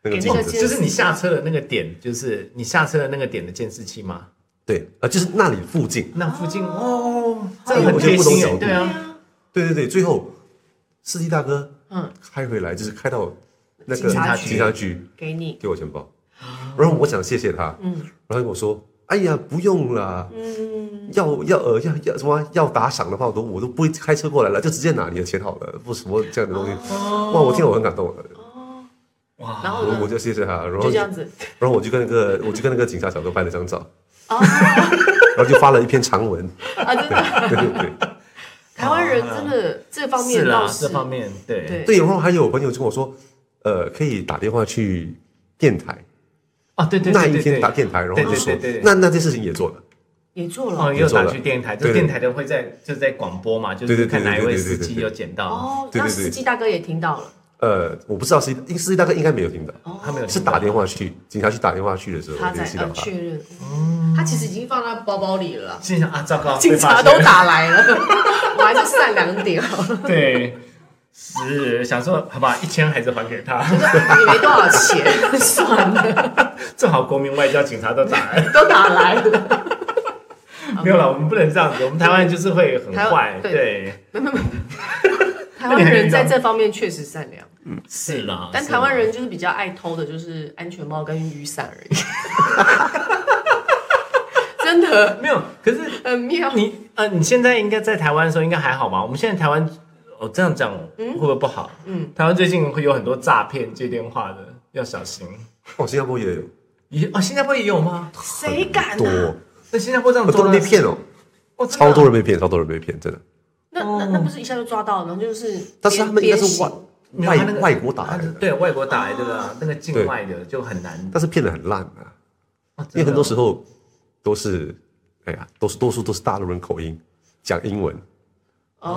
Speaker 3: 那个
Speaker 2: 给
Speaker 3: 记
Speaker 2: 那个
Speaker 3: 者，
Speaker 2: 监
Speaker 1: 就是你下车的那个点，就是你下车的那个点的监视器吗？
Speaker 3: 对啊，就是那里附近，
Speaker 1: 那附近哦，这
Speaker 2: 哎
Speaker 1: 样很
Speaker 2: 我
Speaker 3: 就
Speaker 1: 贴
Speaker 3: 不懂
Speaker 1: 心
Speaker 3: 角
Speaker 1: 哎，
Speaker 3: 度
Speaker 1: 对啊，
Speaker 2: 啊，
Speaker 3: 对对对，最后司机大哥
Speaker 2: 嗯，
Speaker 3: 开回来就是开到那个
Speaker 2: 警察局
Speaker 3: 警察局
Speaker 2: 给你，
Speaker 3: 给我钱包，然后我想谢谢他，
Speaker 2: 嗯
Speaker 3: 然后他跟我说，哎呀不用啦，
Speaker 2: 嗯，
Speaker 3: 要要呃要要什么要打赏的话，我都我都不会开车过来了，就直接拿你的钱好了，不什么这样的东西。
Speaker 2: 哦
Speaker 3: 哇，我听了我很感动，啊
Speaker 1: 啊
Speaker 2: 然后
Speaker 3: 我我
Speaker 2: 呢，
Speaker 3: 就谢谢他，然后
Speaker 2: 哦就这样子，
Speaker 3: 然后我就跟那个我就跟那个警察小哥拍了张照，
Speaker 2: 哦，
Speaker 3: 然后就发了一篇 长文，
Speaker 2: 啊，真的，
Speaker 3: 对对对
Speaker 2: 台湾人真的这方
Speaker 1: 啊是
Speaker 2: 面
Speaker 1: 啦
Speaker 2: 倒，是
Speaker 1: 这，方面对
Speaker 2: 对
Speaker 3: 对。然后还有朋友就跟我说，呃，可以打电话去电台，
Speaker 1: 啊，对对
Speaker 3: 那
Speaker 1: 对
Speaker 3: 一
Speaker 1: 对
Speaker 3: 天
Speaker 1: 对
Speaker 3: 打，电台，然后我就说
Speaker 1: 对对对对，
Speaker 3: 那那件事情也做了，
Speaker 2: 也做
Speaker 1: 哦，
Speaker 2: 了，
Speaker 1: 也有
Speaker 3: 做
Speaker 1: 打
Speaker 3: 了
Speaker 1: 去电台，就
Speaker 3: 对
Speaker 1: 是
Speaker 3: 对
Speaker 1: 电台的会在就是在广播嘛，就
Speaker 3: 对对
Speaker 1: 是
Speaker 3: 对
Speaker 1: 看哪一
Speaker 3: 对
Speaker 1: 位
Speaker 3: 对对对
Speaker 1: 司
Speaker 3: 对
Speaker 1: 机
Speaker 3: 对
Speaker 1: 有捡到，
Speaker 2: 哦，
Speaker 3: 对对
Speaker 2: 那
Speaker 3: 对
Speaker 2: 司机大哥也听到了，
Speaker 3: 呃，我不知道司机司机大哥应该没有听到，
Speaker 2: 哦，
Speaker 1: 他没有
Speaker 3: 是
Speaker 1: 听到
Speaker 3: 打电话去警察去打电话去的时候，
Speaker 2: 他
Speaker 3: 我
Speaker 2: 在
Speaker 3: 联系到
Speaker 2: 呃
Speaker 3: 他。
Speaker 2: 确认，
Speaker 3: 嗯
Speaker 2: 他其实已经放在包包里 了啦，
Speaker 1: 心想啊，糟糕，
Speaker 2: 警
Speaker 1: 被发
Speaker 2: 察
Speaker 1: 现
Speaker 2: 都打来了，我还是善良点好 了，
Speaker 1: 对，是想说好吧，一千还是还给他，
Speaker 2: 也没多少 钱，算了，
Speaker 1: 正好国民外交警察都打 来了，
Speaker 2: 都打来 了，
Speaker 1: 没有了，我们不能这样子，我们台湾就是会很
Speaker 2: 嗯台
Speaker 1: 坏，
Speaker 2: 湾对
Speaker 1: 对，
Speaker 2: 台湾人在这方面确实善 良，
Speaker 1: 是啦，
Speaker 3: 啊
Speaker 2: 但
Speaker 1: 是
Speaker 2: 台
Speaker 1: 啦
Speaker 2: 湾人就是比较爱偷的，就是安全帽跟雨伞 而已，真的
Speaker 1: 没有，可是
Speaker 2: 很妙。
Speaker 1: 你呃，你现在应该在台湾的时候应该还好吧？我们现在台湾，哦，这样讲会不会不好？嗯，台湾最近会有很多诈骗接电话的，要小心。
Speaker 3: 哦，新加坡也有，
Speaker 1: 也哦，新加坡也有吗？
Speaker 2: 谁敢
Speaker 3: 很多
Speaker 2: 啊？
Speaker 1: 那新加坡这样
Speaker 3: 很
Speaker 1: 做
Speaker 3: 多
Speaker 1: 呢
Speaker 3: 人被，骗哦，
Speaker 1: 哦
Speaker 3: 超
Speaker 1: 真
Speaker 3: 多。
Speaker 1: 的啊
Speaker 3: 人被骗，超多人被骗，真的。
Speaker 2: 那那那不是一下就抓到了，然后就是边，
Speaker 3: 但是他们应该是外
Speaker 2: 边
Speaker 1: 没有
Speaker 3: 外
Speaker 1: 他那个
Speaker 3: 外国打来
Speaker 1: 他是
Speaker 3: 的，
Speaker 1: 对外国打来的啦，那个境
Speaker 3: 对
Speaker 1: 外的就很难，
Speaker 3: 但是骗的很烂啊，
Speaker 1: 哦
Speaker 3: 因为很多时
Speaker 1: 候
Speaker 3: 候都是，哎呀，都是多数都是大陆人口音讲英文，
Speaker 2: 哦，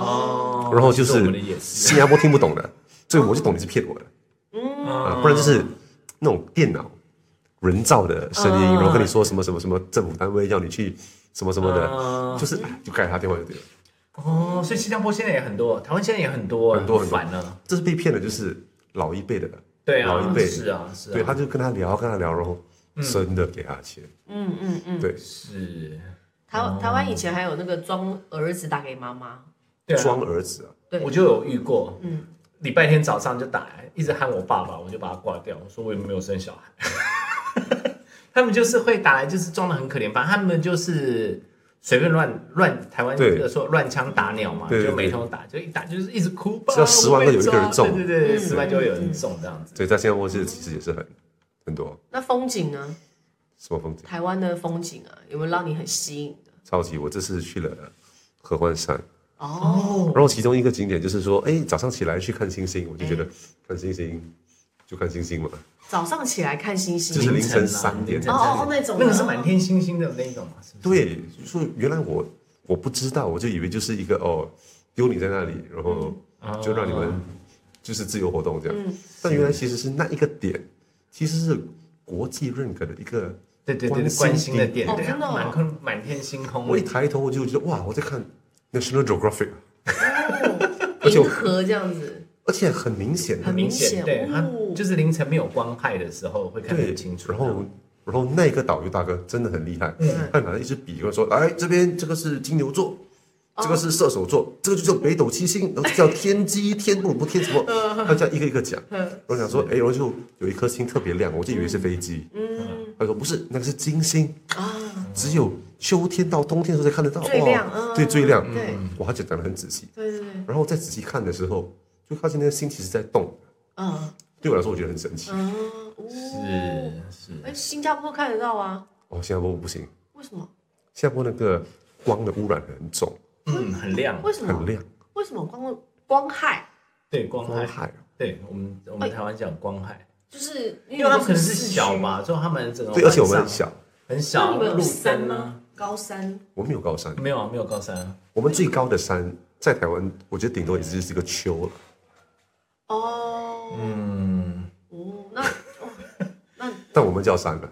Speaker 1: 哦，
Speaker 3: 然后就
Speaker 1: 这我们的
Speaker 3: 是
Speaker 1: 也是
Speaker 3: 新加坡听不 懂的，所以我就懂你是骗我的
Speaker 1: 啊
Speaker 3: 啊，不然就是那种电脑人造的声音，
Speaker 2: 嗯
Speaker 3: 然后跟你说什么什么什么政府单位要你去什么什么的，
Speaker 1: 的
Speaker 3: 就是哎就盖他电话就对了。
Speaker 1: 哦，所以新加坡现在也很多，台湾现在也很多，
Speaker 3: 很多
Speaker 1: 很烦呢。
Speaker 3: 这是被骗的，就是老一辈的了，
Speaker 1: 对啊
Speaker 3: 老一，辈
Speaker 1: 是啊，是
Speaker 3: 对，
Speaker 1: 啊，
Speaker 3: 他就跟他聊，跟他聊，然后真的给他钱，
Speaker 2: 嗯嗯嗯，
Speaker 3: 对，
Speaker 1: 是
Speaker 2: 台
Speaker 1: 哦
Speaker 2: 台湾以前还有那个装儿子打给妈妈，
Speaker 1: 对啊，
Speaker 3: 装儿子啊，
Speaker 2: 对
Speaker 1: 我就有遇过，
Speaker 2: 嗯
Speaker 1: 礼拜天早上就打来，一直喊我爸爸，我就把他挂掉，我说我也没有生小孩。 他们就是会打来，就是装的很可怜，反正他们就是随便乱乱台湾
Speaker 3: 对
Speaker 1: 的说乱枪打鸟嘛，
Speaker 3: 对对
Speaker 1: 就每通打，就一打就是一直哭，
Speaker 3: 只要
Speaker 1: 爸
Speaker 3: 10
Speaker 1: 我被
Speaker 3: 万个有一个人
Speaker 1: 抓
Speaker 3: 中
Speaker 1: 对对对，对
Speaker 2: 嗯
Speaker 1: 十万就会有人中这样子。
Speaker 3: 对，在新加坡是其实也是很很多
Speaker 2: 那风景呢？
Speaker 3: 什么风景，
Speaker 2: 台湾的风景啊，有没有让你很吸引的？
Speaker 3: 超级。我这次去了合欢山，
Speaker 2: 哦，
Speaker 1: 哦，
Speaker 3: 然后其中一个景点就是说，哎，早上起来去看星星，我就
Speaker 1: 哎
Speaker 3: 觉得看星星就看星星嘛，
Speaker 2: 早上起来看星
Speaker 3: 就是
Speaker 2: 星，
Speaker 3: 凌晨
Speaker 1: 啊
Speaker 3: 三
Speaker 1: 凌
Speaker 3: 点
Speaker 1: 晨
Speaker 2: 哦
Speaker 1: 三
Speaker 2: 哦
Speaker 1: 点
Speaker 2: 哦，那种的
Speaker 1: 那个是满天星星的那一种嘛，是不是？
Speaker 3: 对，所以原来我我不知道，我就以为就是一个哦丢你在那里，然后
Speaker 1: 嗯
Speaker 3: 就让你们
Speaker 1: 哦
Speaker 3: 就是自由活动这样，但原来其实是那一个点其实是国际认可的一个。
Speaker 1: 对对对，
Speaker 3: 关心
Speaker 1: 关心的点，
Speaker 2: 哦
Speaker 1: 对啊
Speaker 2: 真的哦
Speaker 1: 满空满天星空，
Speaker 3: 我一抬头我就觉得哇，我在看 National Geographic，
Speaker 2: 哦
Speaker 3: 而且我
Speaker 2: 银河这样子，
Speaker 3: 而且很明显的
Speaker 2: 很
Speaker 1: 明
Speaker 2: 明显
Speaker 1: 显，对，它
Speaker 2: 哦
Speaker 1: 就是凌晨没有光害的时候会看得
Speaker 3: 对
Speaker 1: 很清，楚。
Speaker 3: 然后然后那个导游大哥真的很厉
Speaker 2: 嗯
Speaker 3: 害，他拿了一支笔跟我说，来这边这个是金牛座。
Speaker 2: 哦
Speaker 3: 这个是射手座，这个就叫北斗七星，然后就叫天机、天不如不天什么，
Speaker 2: 嗯
Speaker 3: 他这样一个一个讲。我想说，哎，然后就有一颗星特别亮，我就以为是飞机。
Speaker 2: 嗯
Speaker 3: 他说不是，那个是金星啊，只有秋天到冬天的时候才看得到。
Speaker 2: 最
Speaker 3: 哇
Speaker 2: 亮嗯
Speaker 3: 对，最亮。
Speaker 2: 对
Speaker 3: 哇，他讲讲的很仔细。
Speaker 2: 对对对，
Speaker 3: 然后再仔细看的时候，就发现那个星其实在动。
Speaker 2: 嗯
Speaker 3: 对我来说，我觉得很神奇。
Speaker 2: 嗯，哦，
Speaker 1: 是是，
Speaker 2: 哎，新加坡看得到啊？
Speaker 3: 哦，新加坡不行，
Speaker 2: 为什么？
Speaker 3: 新加坡那个光的污染很重，
Speaker 1: 嗯，很亮，
Speaker 2: 为什
Speaker 3: 很
Speaker 2: 么？
Speaker 3: 亮，
Speaker 2: 为什么光光害？
Speaker 1: 对光
Speaker 3: 光
Speaker 1: 害，
Speaker 3: 害。
Speaker 1: 对我们我们台湾讲光害，
Speaker 2: 就是
Speaker 1: 因为他们可能是
Speaker 2: 市区
Speaker 1: 小，嘛，就他们整个
Speaker 3: 对，而且我们
Speaker 1: 哦晚上
Speaker 3: 很小，
Speaker 1: 很
Speaker 2: 那
Speaker 1: 小，
Speaker 2: 你们有
Speaker 1: 路
Speaker 2: 山
Speaker 1: 灯啊，
Speaker 2: 吗？高山
Speaker 3: 我们有高山，
Speaker 1: 没有啊，没有高山啊，
Speaker 3: 我们最高的山在台湾，我觉得顶多也就是一个丘了。
Speaker 2: 哦，
Speaker 1: 嗯，
Speaker 2: 哦，那哦，那
Speaker 1: 嗯
Speaker 3: 但我们叫山了，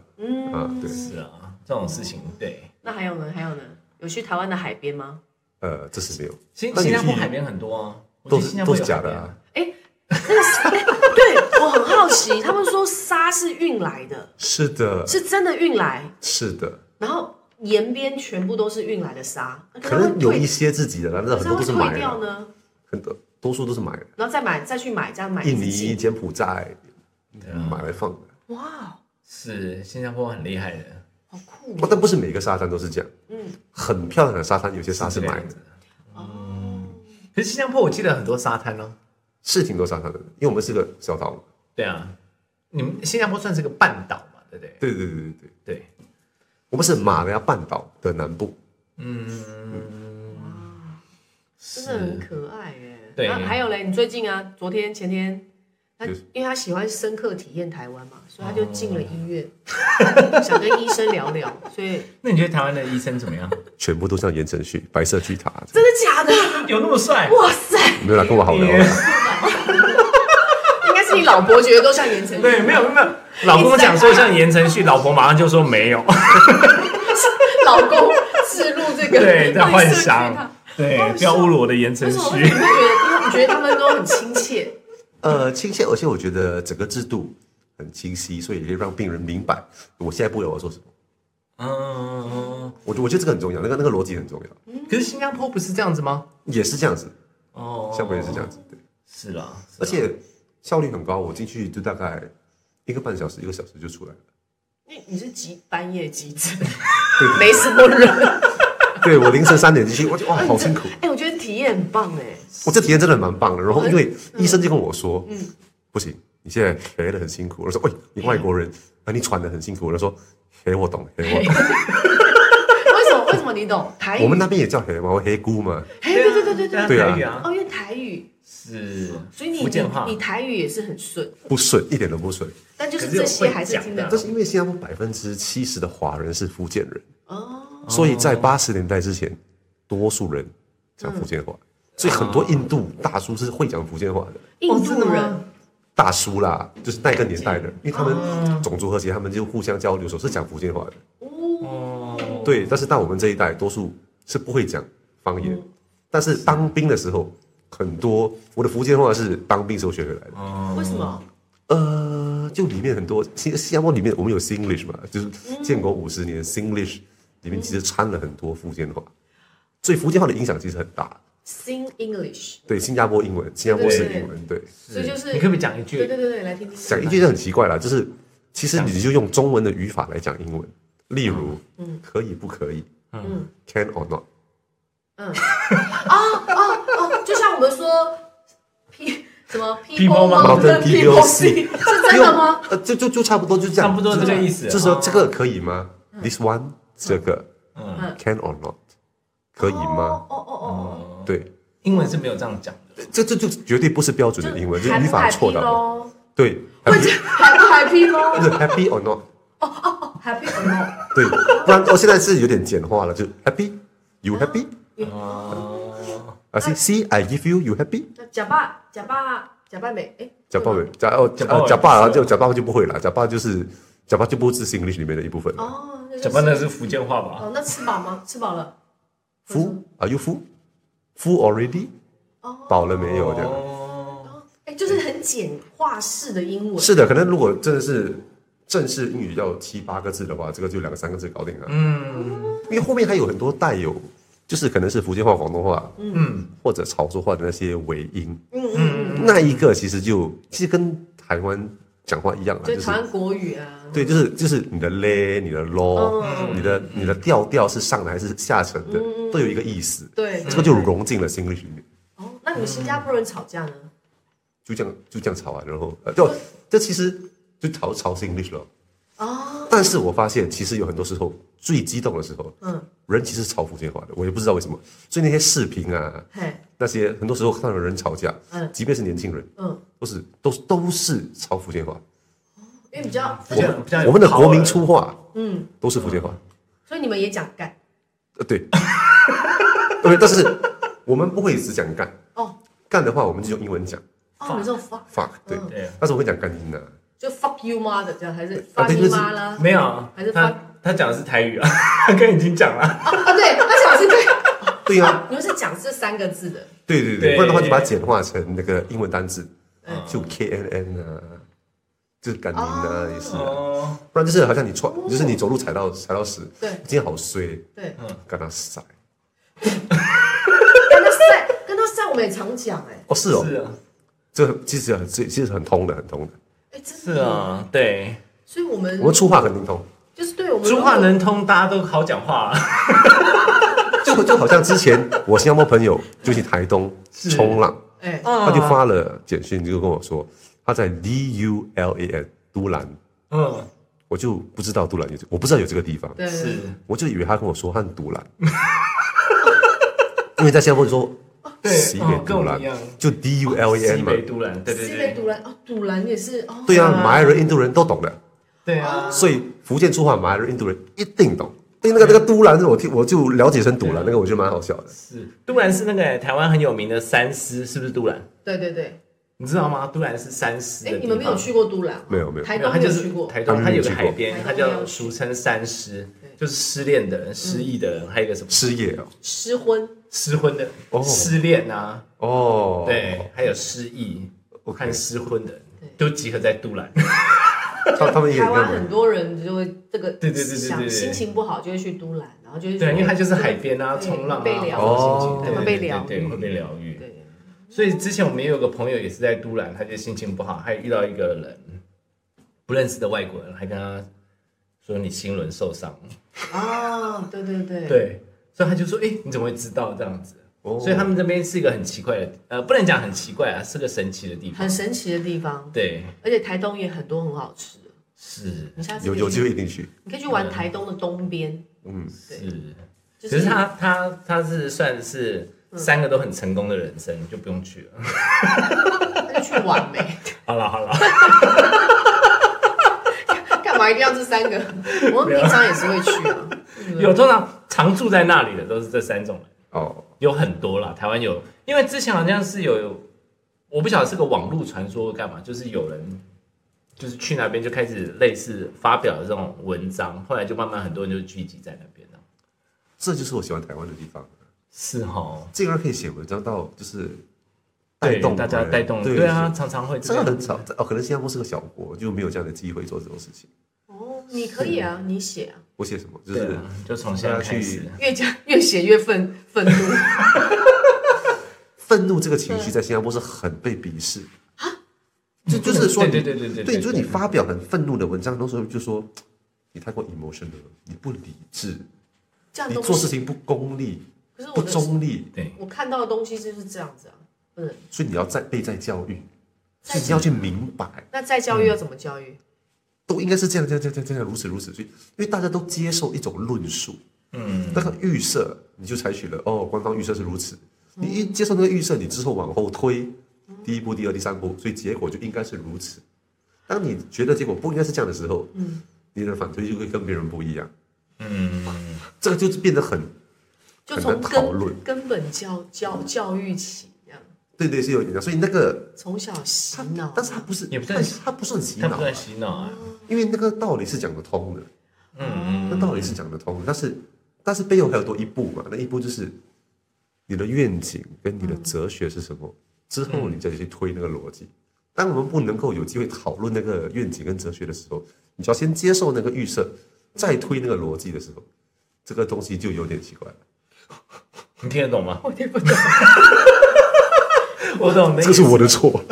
Speaker 3: 啊，对，
Speaker 1: 是啊，这种事情，对。
Speaker 2: 那还有呢？还有呢？有去台湾的海边吗？
Speaker 3: 呃，这是没有，
Speaker 1: 新
Speaker 3: 那你
Speaker 1: 新加坡
Speaker 3: 去
Speaker 1: 海边很多啊，我
Speaker 3: 都
Speaker 1: 觉得新加
Speaker 3: 是都
Speaker 1: 坡
Speaker 3: 是
Speaker 1: 有
Speaker 3: 假
Speaker 1: 海
Speaker 3: 的
Speaker 1: 边
Speaker 3: 啊。。
Speaker 2: 哎，那个沙对我很好奇，他们说沙是运来的，
Speaker 3: 是的，
Speaker 2: 是真的运来，
Speaker 3: 是的，
Speaker 2: 然后沿边全部都是运来的沙，
Speaker 3: 可能有一
Speaker 2: 些，
Speaker 3: 些自己的啦，但
Speaker 2: 可
Speaker 3: 是
Speaker 2: 是
Speaker 3: 很多
Speaker 2: 会
Speaker 3: 都是买
Speaker 2: 退掉
Speaker 3: 的，
Speaker 2: 呢，
Speaker 3: 很多多数都是买的。
Speaker 2: 然后再买再去买，这样买
Speaker 3: 印
Speaker 2: 自己
Speaker 3: 尼、柬埔寨
Speaker 1: 对啊
Speaker 3: 买来放的，
Speaker 2: 哇，
Speaker 1: 是新加坡很厉害的，
Speaker 2: 好酷
Speaker 3: 哇但不是每个沙滩都是这样。
Speaker 2: 嗯，
Speaker 3: 很漂亮的沙滩，有些沙是
Speaker 1: 这个
Speaker 3: 买
Speaker 1: 样
Speaker 3: 的
Speaker 1: 子，嗯
Speaker 2: 哦！
Speaker 1: 可是新加坡我记得很多沙滩哦。
Speaker 3: 是挺多沙滩的，因为我们是个小岛嘛。
Speaker 1: 对啊，你们新加坡算是个半岛嘛，对不对？
Speaker 3: 对对对对对，
Speaker 1: 对，
Speaker 3: 我们是马来亚半岛的南部，
Speaker 1: 嗯，
Speaker 2: 真的很可爱耶。
Speaker 1: 对
Speaker 2: 那还有嘞，你最近啊，昨天前天，他
Speaker 3: 就
Speaker 2: 因
Speaker 3: 是哦
Speaker 2: 为他喜欢深刻体验台湾嘛，所以他就进了医院，想跟医生聊聊。所以
Speaker 1: 那你觉得台湾的医生怎么样？
Speaker 3: 全部都像言承旭、白色巨塔，
Speaker 2: 真的假的？
Speaker 1: 有那么帅？
Speaker 2: 哇塞！
Speaker 3: 没有啦，跟我好聊啊啦。
Speaker 2: 应该是你老婆觉得都像言承旭，
Speaker 1: 对，没有没有，老公讲说像言承旭，老婆马上就说没有，
Speaker 2: 老公置入这个
Speaker 1: 对，在幻
Speaker 2: 绿色巨塔
Speaker 1: 想，对，不要侮辱我的言承
Speaker 2: 为什么？为
Speaker 1: 旭
Speaker 2: 什。么你会觉得他觉得他们都很亲切？
Speaker 3: 呃，亲切，而且我觉得整个制度很清晰，所以也可以让病人明白我下一步我要做什么。
Speaker 1: 嗯，
Speaker 3: 我觉我觉得这个很重要，那个那个逻辑很重要，
Speaker 1: 可是新加坡不是这样子吗？
Speaker 3: 也是这样子，
Speaker 1: 哦，
Speaker 3: 效果也是这样子，对，
Speaker 1: 是啦，是啦
Speaker 3: 而且效率很高，我进去就大概一个半小时、一个小时就出来了。
Speaker 2: 你你是急半夜急诊，没什么人。
Speaker 3: 对我凌晨三点进去，我就哇，好辛苦。
Speaker 2: 哎、我觉得体验很棒哎、
Speaker 3: 我哦这体验真的蛮棒的。然后因为医生就跟我说，不行，你现在陪的很辛苦。我说，喂，你外国人，啊，你喘的很辛苦。我说，陪我懂，陪我懂。
Speaker 2: 为什么？为什么你懂台语？
Speaker 3: 我们那边也叫陪嘛，我黑姑嘛，
Speaker 2: 哎，对对对对对。
Speaker 3: 对啊
Speaker 1: 台语啊，
Speaker 2: 哦，因为台语，
Speaker 1: 是
Speaker 2: 所以你
Speaker 1: 福建话
Speaker 2: 你你台语也是很顺，
Speaker 3: 不顺，一点都不顺。
Speaker 2: 但就是
Speaker 1: 可是有
Speaker 2: 这些还是听得
Speaker 1: 会
Speaker 3: 但
Speaker 2: 懂
Speaker 1: 讲
Speaker 3: 是因为新加坡百分之七十的华人是福建人，
Speaker 2: 哦。
Speaker 3: 所以在八十年代之前，多数人讲福建话，所以很多印度大叔是会讲福建话的。
Speaker 2: 印
Speaker 1: 哦真的
Speaker 2: 度
Speaker 1: 吗
Speaker 2: 人
Speaker 3: 大叔啦，就是那个年代的，因为他们种族和谐，他们就互相交流，时候是讲福建话的。
Speaker 2: 哦，
Speaker 3: 对，但是到我们这一代，多数是不会讲方言。但是当兵的时候，很多我的福建话是当兵时候学回来的。
Speaker 1: 哦
Speaker 2: 为什么？
Speaker 3: 呃，就里面很多新新加坡里面我们有 Singlish 嘛，就是建国五十年 Singlish 里面其实掺了很多福建话，所以福建话的影响其实很大。
Speaker 2: Sing English，
Speaker 3: 对，新加坡英文，新加坡式英文，对，
Speaker 2: 所以就是
Speaker 1: 嗯你可不可以讲一
Speaker 2: 对
Speaker 1: 句？
Speaker 2: 对对对，来听听。
Speaker 3: 讲一句就很奇怪了，就是其实你就用中文的语法来讲英文，例如，可以不可以，
Speaker 2: 嗯
Speaker 3: ，can or not，
Speaker 2: 哦，就像我们说 P 什么
Speaker 1: People
Speaker 3: Mountain
Speaker 2: 跟
Speaker 3: People
Speaker 2: People
Speaker 3: Sea
Speaker 2: Sea 是真的吗？？
Speaker 3: 呃，就就就差不多就这样，
Speaker 1: 差不多这个意思
Speaker 3: 就是说这个可以吗？This one，这个
Speaker 1: 嗯，
Speaker 2: 哦嗯，
Speaker 3: can or not，可以吗？
Speaker 2: 哦哦哦哦哦，
Speaker 3: 对，
Speaker 1: 英文是没有这样讲的。
Speaker 3: 这这就绝对不是标准的英文，就
Speaker 2: 还
Speaker 3: 语
Speaker 2: 不
Speaker 3: 法错的。
Speaker 2: 咯，
Speaker 3: 对，happy
Speaker 2: 还不 Happy
Speaker 3: 不
Speaker 2: 咯
Speaker 3: 是 happy or not，
Speaker 2: ？Happy or not？
Speaker 3: 对，不然我现在是有点简化了，就 happy，you happy，
Speaker 1: 哦，
Speaker 3: 啊，see see I give you，you happy。
Speaker 2: 那假爸假爸假爸美，哎，
Speaker 3: 假爸假哦
Speaker 1: 嗯假
Speaker 3: 假
Speaker 1: 爸
Speaker 3: 假爸
Speaker 1: 也
Speaker 3: 啊，
Speaker 1: 是
Speaker 3: 就假爸就不会了，假爸就是假爸就不是 English 里面的一部分了。
Speaker 2: 哦，那就
Speaker 1: 怎么那
Speaker 2: 吃
Speaker 1: 是福建话吧？
Speaker 2: 哦，那吃饱吗？吃饱了。
Speaker 3: full are you full full already
Speaker 2: 哦
Speaker 3: 饱了没有这样？
Speaker 1: 哦，
Speaker 2: 哦，哎，就是很简化式的英文。
Speaker 3: 是的，可能如果真的是正式英语要七八个字的话，这个就两三个字搞定了。
Speaker 1: 嗯
Speaker 3: 因为后面还有很多带有就是可能是福建话、广东话
Speaker 1: 嗯，
Speaker 3: 或者潮州话的那些尾音，
Speaker 2: 嗯嗯嗯，
Speaker 3: 那一个其实就其实跟台湾讲话一样了，啊
Speaker 2: 就
Speaker 3: 就是是
Speaker 2: 台。湾国语啊。
Speaker 3: 对，就是就是你的嘞，你的
Speaker 2: 哦
Speaker 3: 咯，你的你的调调是上的还是下沉的，
Speaker 2: 嗯
Speaker 3: 都有一个意思。
Speaker 2: 对，
Speaker 3: 这个就融进了 English 里面，
Speaker 2: 哦，那你们新加坡人吵架呢？
Speaker 3: 就这样就这样吵啊，然后呃，就这其实就吵吵 English 了。
Speaker 2: 哦，
Speaker 3: 但是我发现其实有很多时候最激动的时候，
Speaker 2: 嗯，
Speaker 3: 人其实是吵福建话的，我也不知道为什么。所以那些视频啊，
Speaker 2: 嘿，
Speaker 3: 那些很多时候看到有人吵架，
Speaker 2: 嗯
Speaker 3: 即便是年轻人，
Speaker 2: 嗯，
Speaker 3: 都是都是都是吵福建话。
Speaker 2: 因为比较，
Speaker 1: 福建比较有
Speaker 3: 我们的国民
Speaker 1: power
Speaker 3: 粗话
Speaker 2: 嗯，
Speaker 3: 都是福建话，
Speaker 2: 所以你们也讲干
Speaker 3: 呃， 对，对，但是我们不会只讲干，
Speaker 2: 哦
Speaker 3: 干的话我们就用英文讲
Speaker 2: 哦，你这种 fuck
Speaker 3: fuck，对，
Speaker 2: 嗯
Speaker 1: 对，
Speaker 3: 但是我会讲干音啊，
Speaker 2: 就 fuck you 妈的这样，还是
Speaker 3: 啊
Speaker 2: fuck
Speaker 3: 对
Speaker 2: you
Speaker 3: 就是
Speaker 2: 妈啦？
Speaker 1: 没有，啊
Speaker 2: 还是
Speaker 1: 他
Speaker 2: fuck
Speaker 1: 他讲的是台语啊， 他刚才已经讲了，
Speaker 2: 啊，对，那小 是对，
Speaker 3: 对呀，
Speaker 2: 你们是讲这三个字的，
Speaker 3: 对对
Speaker 1: 对
Speaker 3: 对，不然的话你把它简化成那个英文单字，
Speaker 2: 嗯
Speaker 3: 就 K N N 啊，就是感宁啊
Speaker 2: 哦
Speaker 3: 也是啊，
Speaker 1: 哦，
Speaker 3: 不然就是好像你穿，就是你走路踩到踩到屎，
Speaker 2: 对
Speaker 3: 今天好衰，
Speaker 2: 对，
Speaker 1: 嗯
Speaker 3: 干他塞。
Speaker 2: 跟他赛，跟他赛我们也常讲哎、
Speaker 3: 哦，是哦，
Speaker 1: 是啊，
Speaker 3: 这其实很这其实很通的，很通的。
Speaker 2: 哎、真
Speaker 1: 是
Speaker 2: 的，
Speaker 1: 啊，对，
Speaker 2: 所以我们
Speaker 3: 我们粗话很灵通，
Speaker 2: 就是对我们
Speaker 1: 猪话能通，大家都好讲话、啊，
Speaker 3: 就就好像之前我新加坡朋友就去台东
Speaker 1: 是啊
Speaker 3: 冲浪，
Speaker 2: 哎、
Speaker 3: 他就发了简讯就跟我说他在 D U L A N 都兰，
Speaker 1: 嗯，
Speaker 3: 我就不知道都兰有这，我不知道有这个地方，
Speaker 2: 对，
Speaker 1: 是
Speaker 3: 我就以为他跟我说他很独兰， 因为在新加坡说
Speaker 1: 对，
Speaker 3: 西北
Speaker 1: 嗯跟
Speaker 3: 都
Speaker 1: 我们
Speaker 3: 兰
Speaker 1: 一样，
Speaker 3: 就 D U L A
Speaker 1: 西
Speaker 3: N 嘛
Speaker 1: 北，都兰，对对
Speaker 2: 西北
Speaker 1: 对，
Speaker 2: 堵兰哦，堵兰也是哦，
Speaker 3: 对啊，
Speaker 1: 啊
Speaker 3: 马来人、印度人都懂的，
Speaker 1: 对啊，
Speaker 3: 所以福建粗话马来人、印度人一定懂。对，那个那个都兰，我听我就了解成独兰，那个我觉得蛮好笑的。
Speaker 1: 是都兰是那个台湾很有名的三狮，是不是都兰？
Speaker 2: 对对对，
Speaker 1: 你知道吗？都兰是三狮的
Speaker 2: 哎、
Speaker 1: 地方。
Speaker 2: 你们没有去过都兰吗？
Speaker 3: 没有没有
Speaker 2: 台
Speaker 1: 没有，
Speaker 2: 东
Speaker 1: 它
Speaker 2: 没
Speaker 1: 就
Speaker 2: 有
Speaker 1: 是
Speaker 2: 去过，
Speaker 1: 台东，
Speaker 3: 他
Speaker 1: 它
Speaker 3: 没
Speaker 1: 有
Speaker 3: 有
Speaker 1: 个
Speaker 3: 去过
Speaker 1: 海边，它
Speaker 2: 台东没有
Speaker 1: 叫
Speaker 2: 去
Speaker 1: 俗称三失
Speaker 2: 对，嗯
Speaker 1: 就是失恋的人、失忆的人，还有一个什么
Speaker 3: 失业哦，
Speaker 2: 失婚，
Speaker 1: 失婚的、
Speaker 3: 哦
Speaker 1: 失恋啊，哦
Speaker 3: 哦，
Speaker 1: 对，还有失忆
Speaker 3: OK
Speaker 1: 和失婚的
Speaker 2: 对，
Speaker 1: 都集合在都兰。
Speaker 3: 他他们也
Speaker 2: 台湾很
Speaker 3: 认为
Speaker 2: 多人就会这个
Speaker 1: 对对对对对
Speaker 2: 想
Speaker 1: 对
Speaker 2: 心情不好就会去都兰，然后就会
Speaker 1: 对，因为它就是
Speaker 2: 这个
Speaker 1: 海边啊，
Speaker 2: 对
Speaker 1: 冲浪啊，
Speaker 2: 被疗
Speaker 1: 好心
Speaker 3: 哦
Speaker 1: 情，对
Speaker 2: 会被疗
Speaker 1: 对对对，会被疗愈。
Speaker 2: 对，
Speaker 1: 所以之前我们也有个朋友也是在都兰，他就心情不好，还遇到一个人不认识的外国人，还跟他说你心轮受伤了。
Speaker 2: 哦，对对对，
Speaker 1: 对，所以他就说：“哎、你怎么会知道这样子？”
Speaker 3: 哦
Speaker 1: 所以他们这边是一个很奇怪的，呃，不能讲很奇怪啊，是个神奇的地方
Speaker 2: 很。神奇的地方，
Speaker 1: 对，
Speaker 2: 而且台东也很多很好吃的，
Speaker 1: 是
Speaker 2: 你下次
Speaker 3: 有
Speaker 2: 可以
Speaker 3: 有机
Speaker 2: 去，
Speaker 3: 会一定去。
Speaker 2: 你可以去玩台东的东边，
Speaker 1: 是，
Speaker 2: 就
Speaker 1: 只是他他他是算是三个都很成功的人生，就不用去了。
Speaker 2: 那就去玩呗，
Speaker 1: 好了好了，
Speaker 2: 干嘛一定要这三个？我们平常也是会去啊，
Speaker 1: 有通常常住在那里的都是这三种人，
Speaker 3: 哦，
Speaker 1: 有很多啦。台湾有，因为之前好像是有，我不晓得是个网络传说干嘛，就是有人。就是去那边就开始类似发表这种文章，后来就慢慢很多人就聚集在那边了。
Speaker 3: 这就是我喜欢台湾的地方，
Speaker 1: 是哈，
Speaker 3: 竟然可以写文章到就是哦带
Speaker 1: 对
Speaker 3: 动
Speaker 1: 大家
Speaker 3: 人
Speaker 1: 带动，
Speaker 3: 对
Speaker 1: 对啊，，常常会
Speaker 3: 是
Speaker 1: 这
Speaker 3: 真的
Speaker 1: 样。
Speaker 3: 很少哦。可能新加坡是个小国，就没有这样的机会做这种事情。
Speaker 2: 哦，你可以啊，你写啊，
Speaker 3: 我写什么？就
Speaker 1: 对
Speaker 3: 是
Speaker 1: 啊，就从现在开始，
Speaker 2: 越讲越写越愤愤怒，
Speaker 3: 愤怒这个情绪在新加坡是很被鄙视
Speaker 2: 啊
Speaker 3: 就就是说你，
Speaker 1: 对对对对对
Speaker 3: 对，就是你发表很愤怒的文章，那时候就说你太过 emotional，了你不理智，
Speaker 2: 这样
Speaker 3: 你
Speaker 2: 都
Speaker 3: 做事情不功利，
Speaker 2: 可是
Speaker 3: 不
Speaker 2: 我的
Speaker 3: 中立，
Speaker 1: 对
Speaker 2: 我看到的东西就是这样子啊，不能。
Speaker 3: 所以你要再内在教育，
Speaker 2: 在
Speaker 3: 所以你要去明白。
Speaker 2: 那再教育要怎么教育？
Speaker 3: 都应该是这样，这样，这样，这样，如此，如此。所以，因为大家都接受一种论述，嗯，那个预设你就采取了哦，官方预设是如此，你一接受那个预设，你之后往后推，第一步、第二、第三步，所以结果就应该是如此。当你觉得结果不应该是这样的时候，嗯，你的反推就会跟别人不一样，嗯，这个就是变得很，
Speaker 2: 就
Speaker 3: 很
Speaker 2: 从
Speaker 3: 难嗯讨论
Speaker 2: 根根本教教教育起，这样
Speaker 3: 对对是有影响。所以那个，
Speaker 2: 从小洗脑。
Speaker 3: 但 是他不是，
Speaker 1: 也不算
Speaker 3: 算，他不算洗
Speaker 1: 他
Speaker 3: 脑
Speaker 1: 不
Speaker 3: 啊，
Speaker 1: 算洗脑啊，
Speaker 3: 因为那个道理是讲得通的，
Speaker 1: 嗯，
Speaker 3: 那道理是讲得通，但是但是背后还有多一步嘛？那一步就是你的愿景跟你的哲学是什么，之后你再去推那个逻辑。当我们不能够有机会讨论那个愿景跟哲学的时候，你就要先接受那个预设，再推那个逻辑的时候，这个东西就有点奇怪了。
Speaker 1: 你听得懂 吗？我听不懂，我懂的意思。
Speaker 3: 的错，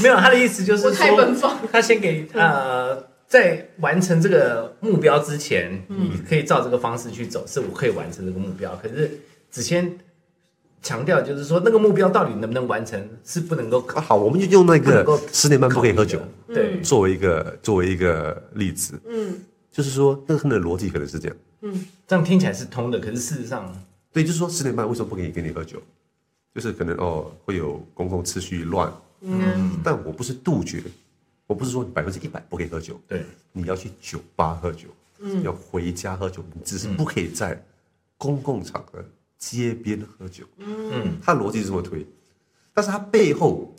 Speaker 1: 没有他的意思就是
Speaker 2: 我太奔
Speaker 1: 说
Speaker 2: 放，嗯
Speaker 1: 他先给呃，在完成这个目标之前，
Speaker 2: 嗯
Speaker 1: 你可以照这个方式去走，是我可以完成这个目标。可是只先强调就是说，那个目标到底能不能完成，是不能够
Speaker 3: 啊。好，我们就用那
Speaker 1: 不能够
Speaker 3: 个十年半不可以喝酒
Speaker 1: 考虑的，对，
Speaker 3: 作为一个作为一个例子，
Speaker 2: 嗯，
Speaker 3: 就是说那个的逻辑可能是这样。
Speaker 1: 这样听起来是通的，可是事实上，
Speaker 3: 对，就是说十点半为什么不可以给你喝酒？就是可能哦会有公共秩序乱，嗯，但我不是杜绝，我不是说你百分之一百不可以喝酒，
Speaker 1: 对，
Speaker 3: 你要去酒吧喝酒，嗯，要回家喝酒，你只是不可以在公共场合、街边喝酒，嗯，他逻辑是这么推，但是他背后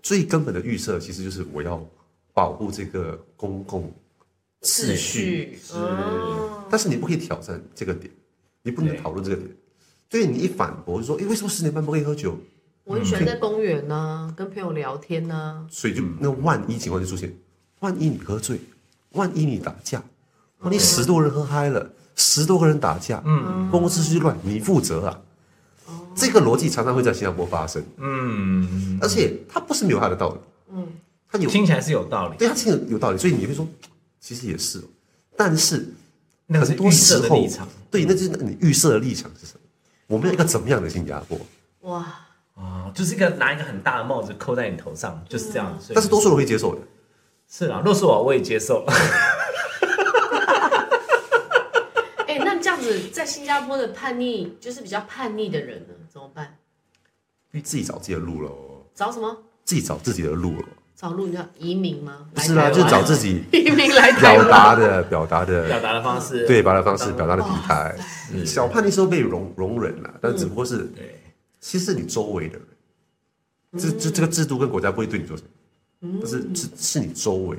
Speaker 3: 最根本的预设其实就是我要保护这个公共秩序
Speaker 2: 是哦
Speaker 3: 但是你不可以挑战这个点，你不能
Speaker 1: 对
Speaker 3: 讨论这个点。对你一反驳就说，哎，为什么十点半不可以喝酒？
Speaker 2: 我很喜
Speaker 1: 嗯
Speaker 2: 欢在公园呐、跟朋友聊天啊呐、
Speaker 3: 所以就那万一情况就出现，万一你喝醉，万一你打架，万一十多人喝嗨了，十多个人打架，嗯，公共秩序乱，你负责啊。这个逻辑常常会在新加坡发生，
Speaker 1: 嗯，
Speaker 3: 而且它不是没有它的道理，
Speaker 2: 嗯，
Speaker 3: 它有，
Speaker 1: 听起来是有道理，
Speaker 3: 对它是有有道理，所以你会说，其实也是哦，但是
Speaker 1: 那个是
Speaker 3: 很多
Speaker 1: 预设
Speaker 3: 时
Speaker 1: 的
Speaker 3: 候
Speaker 1: 立场，
Speaker 3: 对，那就是你预设的立场是什么？我们要一个怎么样的新加坡？
Speaker 2: 哇，
Speaker 1: 哦，就是一个拿一个很大的帽子扣在你头上，就是这样。所以
Speaker 3: 但是多数人会接受的，
Speaker 1: 是啦，若是我，我也接受。
Speaker 2: 哎、那这样子在新加坡的叛逆，就是比较叛逆的人呢，怎么办？
Speaker 3: 自己找自己的路喽，
Speaker 2: 找什么？
Speaker 3: 自己找自己的路喽。
Speaker 2: 找路你要移民吗？
Speaker 3: 不是
Speaker 1: 啊
Speaker 3: 啦，
Speaker 2: 来台湾
Speaker 3: 就找 自己
Speaker 2: 移民来台
Speaker 3: 表
Speaker 2: 湾。
Speaker 3: 达的表达
Speaker 1: 表
Speaker 3: 的
Speaker 1: 达的方嗯式，
Speaker 3: 对表达方式、表达的体 态。
Speaker 1: 是
Speaker 3: 小叛逆时候被容容忍了，
Speaker 1: 嗯
Speaker 3: 但只不过是
Speaker 1: 对，
Speaker 3: 其实是你周围的人，这这这个制度跟国家不会对你做什么，
Speaker 1: 嗯
Speaker 3: 但是是是你周围。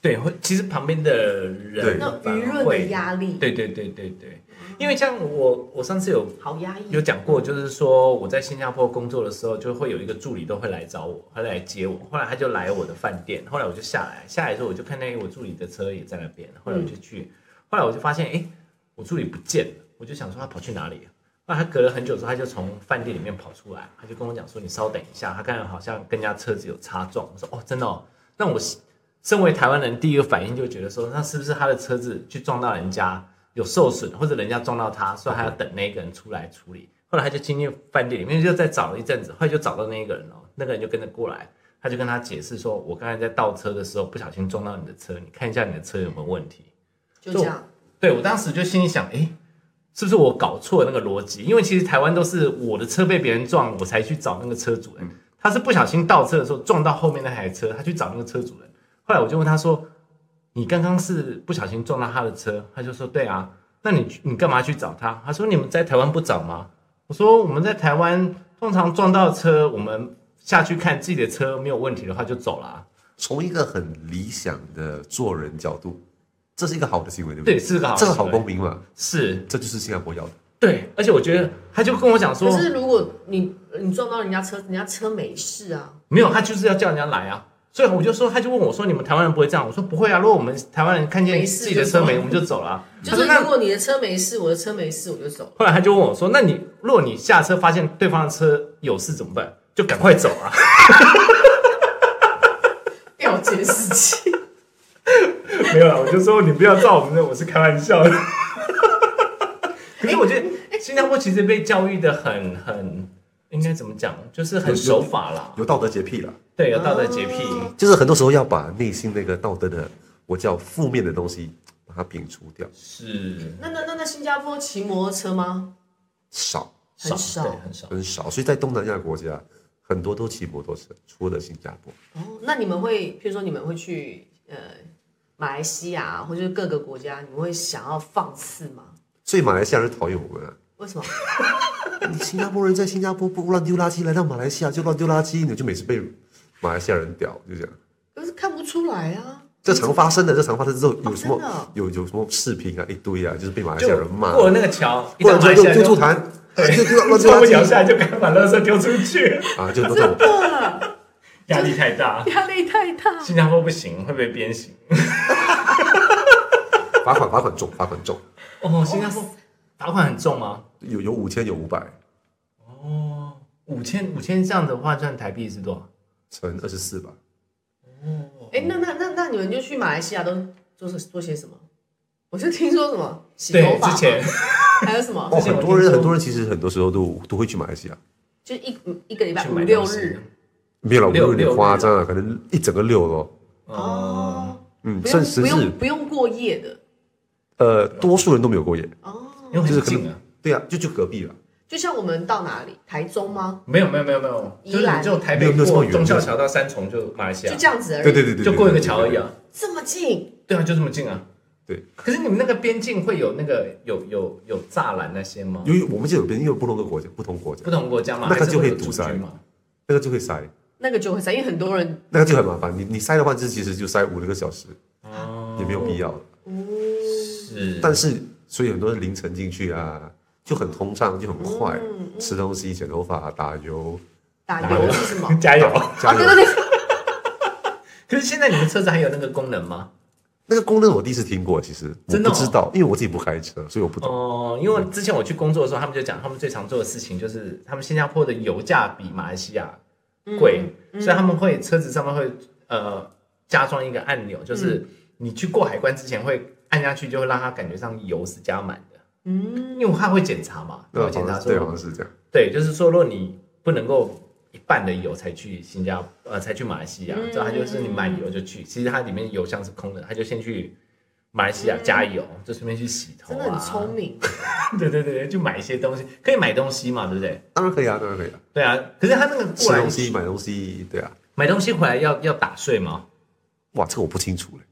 Speaker 1: 对，会其实旁边的人
Speaker 3: 对
Speaker 2: 那
Speaker 1: 反而
Speaker 2: 舆论的
Speaker 1: 会
Speaker 2: 压力，嗯
Speaker 1: 对对对对对，因为像我，我上次有
Speaker 2: 好压抑
Speaker 1: 有。讲过，就是说我在新加坡工作的时候，就会有一个助理都会来找我，他来接我。后来他就来我的饭店，后来我就下来，下来之后我就看见我助理的车也在那边，后来
Speaker 2: 嗯
Speaker 1: 我就去，后来我就发现，哎，我助理不见了，我就想说他跑去哪里了。那他隔了很久之后，他就从饭店里面跑出来，他就跟我讲说：“你稍等一下，他刚才好像跟人家车子有擦撞。”我说：“哦，真的哦。”那我身为台湾人，第一个反应就觉得说，那是不是他的车子去撞到人家有受损，或者人家撞到他，所以还要等那个人出来处理。后来他就进入饭店里面，就再找了一阵子，后来就找到那个人哦，那个人就跟着过来，他就跟他解释说，我刚才在倒车的时候不小心撞到你的车，你看一下你的车有没有问题。
Speaker 2: 就这样，
Speaker 1: 对我当时就心里想，诶，是不是我搞错了那个逻辑？因为其实台湾都是我的车被别人撞，我才去找那个车主人。他是不小心倒车的时候撞到后面那台车，他去找那个车主人。后来我就问他说：“你刚刚是不小心撞到他的车？”他就说：“对啊。”那你去你干嘛去找他？他说：“你们在台湾不找吗？”我说：“我们在台湾通常撞到车，我们下去看自己的车没有问题的话就走了、啊。
Speaker 3: 从一个很理想的做人角度，这是一个好的行为，对不
Speaker 1: 对，
Speaker 3: 对？
Speaker 1: 是个好
Speaker 3: 这个好
Speaker 1: 行为
Speaker 3: 公平嘛，
Speaker 1: 是，
Speaker 3: 这就是新加坡要的。
Speaker 1: 对。而且我觉得他就跟我讲说，
Speaker 2: 可是如果你你撞到人家车，人家车没事啊，
Speaker 1: 没有，他就是要叫人家来啊。所以我就说，他就问我说：“你们台湾人不会这样？”我说：“不会啊，如果我们台湾人看见
Speaker 2: 没事
Speaker 1: 自己的
Speaker 2: 就走
Speaker 1: 车没，我们就走了啊、
Speaker 2: 就
Speaker 1: 他
Speaker 2: 是
Speaker 1: 说：“
Speaker 2: 如
Speaker 1: 那
Speaker 2: 果你的车没事，我的车没事，我就走。
Speaker 1: 后来他就问我说：‘那你如果你下车发现对方的车有事怎么办？就赶快走啊！’
Speaker 2: 了解事情，
Speaker 1: 没有了，我就说你不要照我们的，我是开玩笑的。 可是我觉得
Speaker 2: 哎
Speaker 1: 新加坡其实被教育的很很应该怎么讲，就是很守法啦，
Speaker 3: 有道德洁癖了，
Speaker 1: 对，有道德洁癖。
Speaker 2: 哦
Speaker 3: 就是很多时候要把内心那个道德的，我叫负面的东西，把它摒除掉，
Speaker 1: 是
Speaker 2: 那那那那新加坡骑摩托车吗？
Speaker 3: 少
Speaker 2: 很少
Speaker 1: 对，很少。
Speaker 3: 很少。所以在东南亚国家，很多都骑摩托车，除了新加坡。
Speaker 2: 哦，那你们会，譬如说你们会去呃马来西亚或者是各个国家，你们会想要放肆吗？
Speaker 3: 所以马来西亚人讨厌我们啊！
Speaker 2: 为什么？
Speaker 3: 你新加坡人在新加坡不乱丢垃圾，来到马来西亚就乱丢垃圾，你就每次被马来西亚人屌，就这样。
Speaker 2: 可是看不出来啊。
Speaker 3: 这常发生的，这常发生之后有什么、
Speaker 2: 真的哦
Speaker 3: 有有什么视频啊，一堆啊，就是被马来西
Speaker 1: 就
Speaker 3: 亚人骂，
Speaker 1: 过了那个桥，一
Speaker 3: 不
Speaker 1: 到
Speaker 3: 然
Speaker 1: 马来
Speaker 3: 就
Speaker 1: 西
Speaker 3: 就
Speaker 1: 亚
Speaker 3: 就
Speaker 1: 就
Speaker 3: 吐痰，就丢乱丢
Speaker 1: 过
Speaker 3: 垃
Speaker 1: 不桥
Speaker 3: 圾
Speaker 1: 下来就赶快把垃圾丢出去。
Speaker 3: 啊，就都这种。
Speaker 1: 压力太大，
Speaker 2: 压力太大，
Speaker 1: 新加坡不行，会被鞭刑。
Speaker 3: 罚款罚款重，罚款重，
Speaker 1: 哦，新加坡罚款很重吗？
Speaker 3: 有有五千有五百
Speaker 1: 哦，五千五千这样的话，算台币是多少？
Speaker 3: 乘二十四吧。
Speaker 2: 哎、那那那那你们就去马来西亚都做是做些什么？我就听说什么洗头
Speaker 1: 对，
Speaker 2: 发
Speaker 1: 之，前
Speaker 2: 还有什么
Speaker 3: 哦，
Speaker 1: 之前
Speaker 3: 很
Speaker 1: 我
Speaker 3: 多
Speaker 1: 听
Speaker 3: 人
Speaker 1: 说
Speaker 3: 很多人其实很多时候都都会去马来西亚，
Speaker 2: 就一一个礼拜
Speaker 1: 去
Speaker 2: 五
Speaker 1: 买
Speaker 2: 六
Speaker 1: 东西啊
Speaker 2: 日，
Speaker 3: 没有了，
Speaker 1: 六
Speaker 3: 有点
Speaker 1: 六
Speaker 3: 夸
Speaker 1: 日
Speaker 3: 张啊，可能一整个六咯。
Speaker 1: 哦，
Speaker 3: 嗯，
Speaker 2: 不
Speaker 3: 甚
Speaker 2: 用
Speaker 3: 至
Speaker 2: 不
Speaker 3: 是
Speaker 2: 用不用过夜的
Speaker 3: 呃，多数人都没有过夜。
Speaker 2: 哦。
Speaker 1: 因为
Speaker 3: 就是
Speaker 1: 很
Speaker 3: 可能
Speaker 1: 近啊。
Speaker 3: 对啊，就就隔壁了。
Speaker 2: 就像我们到哪里，台中吗？
Speaker 1: 没有没有没有没有，
Speaker 2: 宜
Speaker 1: 就是
Speaker 2: 兰
Speaker 1: 你就台
Speaker 3: 没
Speaker 1: 北
Speaker 3: 有没有这么
Speaker 1: 过
Speaker 3: 远
Speaker 1: 忠孝桥到三重就马来西
Speaker 2: 就
Speaker 1: 亚，
Speaker 2: 这样子而已。
Speaker 3: 对对对对，
Speaker 1: 就
Speaker 3: 对
Speaker 1: 过一个
Speaker 3: 对对
Speaker 1: 桥而已啊。
Speaker 2: 这么近，
Speaker 1: 对啊，就这么近啊。
Speaker 3: 对，
Speaker 1: 可是你们那个边境会有那个有有有栅栏那些吗？
Speaker 3: 因为我们就有边，因为不同的国家，不同国家
Speaker 1: 不，同国家嘛，
Speaker 3: 那个
Speaker 1: 还是
Speaker 3: 就会
Speaker 1: 有
Speaker 3: 堵
Speaker 1: 阻
Speaker 3: 塞
Speaker 1: 塞嘛。
Speaker 3: 那个就会塞，
Speaker 2: 那个就会塞，因为很多人
Speaker 3: 那个就很麻烦。你你塞的话，就其实就塞五六个小时，
Speaker 1: 哦
Speaker 3: 也没有必要。
Speaker 1: 是，
Speaker 3: 但是所以很多人凌晨进去啊，就很通畅，就很快，
Speaker 2: 嗯
Speaker 3: 吃东西、剪头发、打油，
Speaker 2: 打油是 什么？
Speaker 1: 加油！
Speaker 3: 加
Speaker 2: 啊，对
Speaker 3: 油。
Speaker 2: 对对，
Speaker 1: 可是现在你们车子还有那个功能吗？
Speaker 3: 那个功能我第一次听过，其实我
Speaker 1: 真的
Speaker 3: 不
Speaker 1: 哦
Speaker 3: 知道，因为我自己不开车，所以我不懂。
Speaker 1: 哦，因为之前我去工作的时候，他们就讲他们最常做的事情就是他们新加坡的油价比马来西亚贵，所以他们会车子上面会呃加装一个按钮，就是你去过海关之前会按下去，就会让它感觉上油是加满的。嗯，因为他会检查嘛，他
Speaker 3: 那
Speaker 1: 会
Speaker 3: 好
Speaker 1: 检查
Speaker 3: 像是
Speaker 1: 说
Speaker 3: 对，啊好像是这样。
Speaker 1: 对，就是说，如果你不能够一半的油才去新加呃，才去马来西亚，
Speaker 2: 嗯
Speaker 1: 之后它就是你买油就去，其实它里面油箱是空的，它就先去马来西亚加油，就顺便去洗头
Speaker 2: 嗯真的
Speaker 1: 啊
Speaker 2: 很，聪明。
Speaker 1: 对对对对，就买一些东西，可以买东西嘛，对不对？
Speaker 3: 当然可以啊，当然可以啊，
Speaker 1: 对啊，可是他那个
Speaker 3: 吃
Speaker 1: 过来
Speaker 3: 东西、买东西，对啊。
Speaker 1: 买东西回来要要打税吗？
Speaker 3: 哇，这个我不清楚嘞。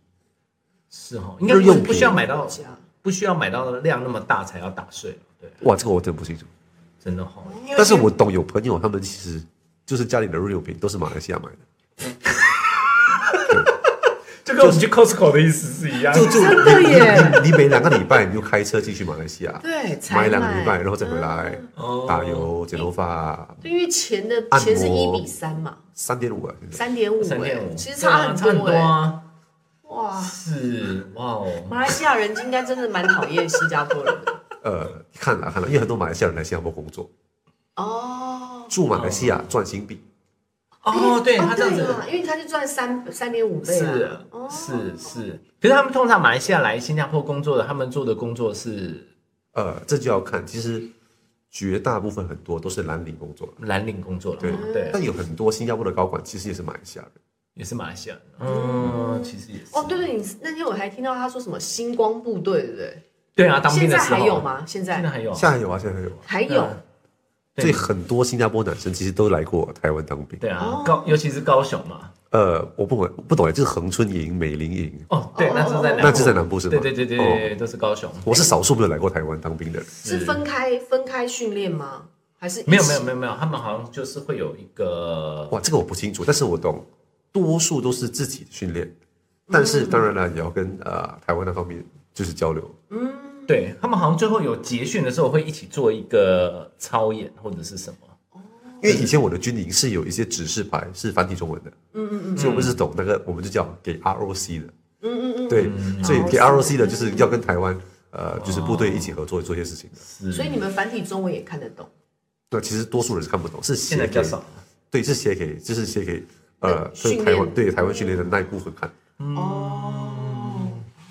Speaker 1: 是哦，应该不
Speaker 3: 日用
Speaker 1: 是
Speaker 3: 品
Speaker 1: 不需要买到
Speaker 2: 这样
Speaker 1: 不需要买到量那么大才要打税，对，
Speaker 3: 哇，这个我真不清楚。
Speaker 1: 真的哦。因为
Speaker 3: 但是我懂有朋友他们其实就是家里的日用品都是马来西亚买的，
Speaker 1: 就跟我们去 Costco 的意思是一样的
Speaker 3: 就就
Speaker 2: 真的
Speaker 3: 你
Speaker 2: 耶
Speaker 3: 你你每两个礼拜你就开车进去马来西亚，
Speaker 2: 对，才
Speaker 3: 买两个礼拜然后再回来
Speaker 1: 哦
Speaker 3: 打油、剪头发，
Speaker 2: 对，因为钱的
Speaker 3: 按摩
Speaker 2: 钱是一比三嘛，
Speaker 3: 三点五啊，现在
Speaker 2: 三点五，哎
Speaker 1: 三点五，
Speaker 2: 其实差
Speaker 1: 对啊
Speaker 2: 很
Speaker 1: 差很多
Speaker 2: 哎、
Speaker 1: 啊。
Speaker 2: 哇，
Speaker 1: 是哇哦，
Speaker 2: 马来西亚人应该真的蛮讨厌新加坡人的
Speaker 3: 呃，看了看了，因为很多马来西亚人来新加坡工作，
Speaker 2: 哦。
Speaker 3: 住马来西亚赚新币，
Speaker 1: 哦，对
Speaker 2: 哦
Speaker 1: 他这样子
Speaker 2: 对，啊因为他就赚三三点五倍
Speaker 1: 是
Speaker 2: 啊。哦
Speaker 1: 是是，可是他们通常马来西亚来新加坡工作的，他们做的工作是
Speaker 3: 呃，这就要看，其实绝大部分很多都是蓝领工作，
Speaker 1: 蓝领工作了
Speaker 3: 对
Speaker 1: 嘛，嗯对，
Speaker 3: 但有很多新加坡的高管其实也是马来西亚人，
Speaker 1: 也是马来西亚人，嗯，其实也是，
Speaker 2: 哦，对对，你那天我还听到他说什么星光部队，对不对？
Speaker 1: 对啊，当兵
Speaker 2: 现
Speaker 1: 的
Speaker 2: 在
Speaker 1: 时候
Speaker 2: 还有？吗？
Speaker 1: 现
Speaker 2: 现
Speaker 1: 在
Speaker 2: 在
Speaker 1: 还有啊，
Speaker 3: 现在有啊，现在有啊，
Speaker 2: 还有
Speaker 1: 嗯
Speaker 3: 所以
Speaker 1: 对
Speaker 3: 很多新加坡男生其实都来过台湾当兵。
Speaker 1: 对啊
Speaker 2: 哦，
Speaker 1: 高尤其是高雄嘛，
Speaker 3: 呃，我不懂，不懂哎，就是恒春营、美林营，
Speaker 1: 哦，对，
Speaker 2: 哦
Speaker 1: 那是在
Speaker 2: 哦
Speaker 1: 南
Speaker 3: 那就在
Speaker 1: 部，
Speaker 3: 南部是吗？
Speaker 1: 对对对对
Speaker 3: 哦
Speaker 1: 对，都是高雄，
Speaker 3: 我是少数没有来过台湾当兵的人。
Speaker 2: 是分开分开训练吗？还是一起
Speaker 1: 没有没有没有没有，他们好像就是会有一个
Speaker 3: 哇，这个我不清楚，但是我懂，多数都是自己训练，但是当然了，也要跟呃台湾那方面就是交流。
Speaker 1: 对他们好像最后有结训的时候会一起做一个操演或者是什么，
Speaker 3: 因为以前我的军营是有一些指示牌是繁体中文的，嗯嗯嗯，所以我们是懂那个，我们就叫给 ROC 的，嗯嗯嗯，对，所以给 ROC 的就是要跟台湾呃就是部队一起合作做一些事情的。
Speaker 1: 是
Speaker 2: 所以你们繁体中文也看得懂？
Speaker 3: 那其实多数人是看不懂，是写
Speaker 1: 现在比较
Speaker 3: 给
Speaker 1: 少了。
Speaker 3: 对，是写给，就是写给呃，
Speaker 2: 对
Speaker 3: 对
Speaker 2: 训
Speaker 3: 台湾
Speaker 2: 练
Speaker 3: 对台湾训练的那一部分看。
Speaker 1: 嗯
Speaker 2: 哦，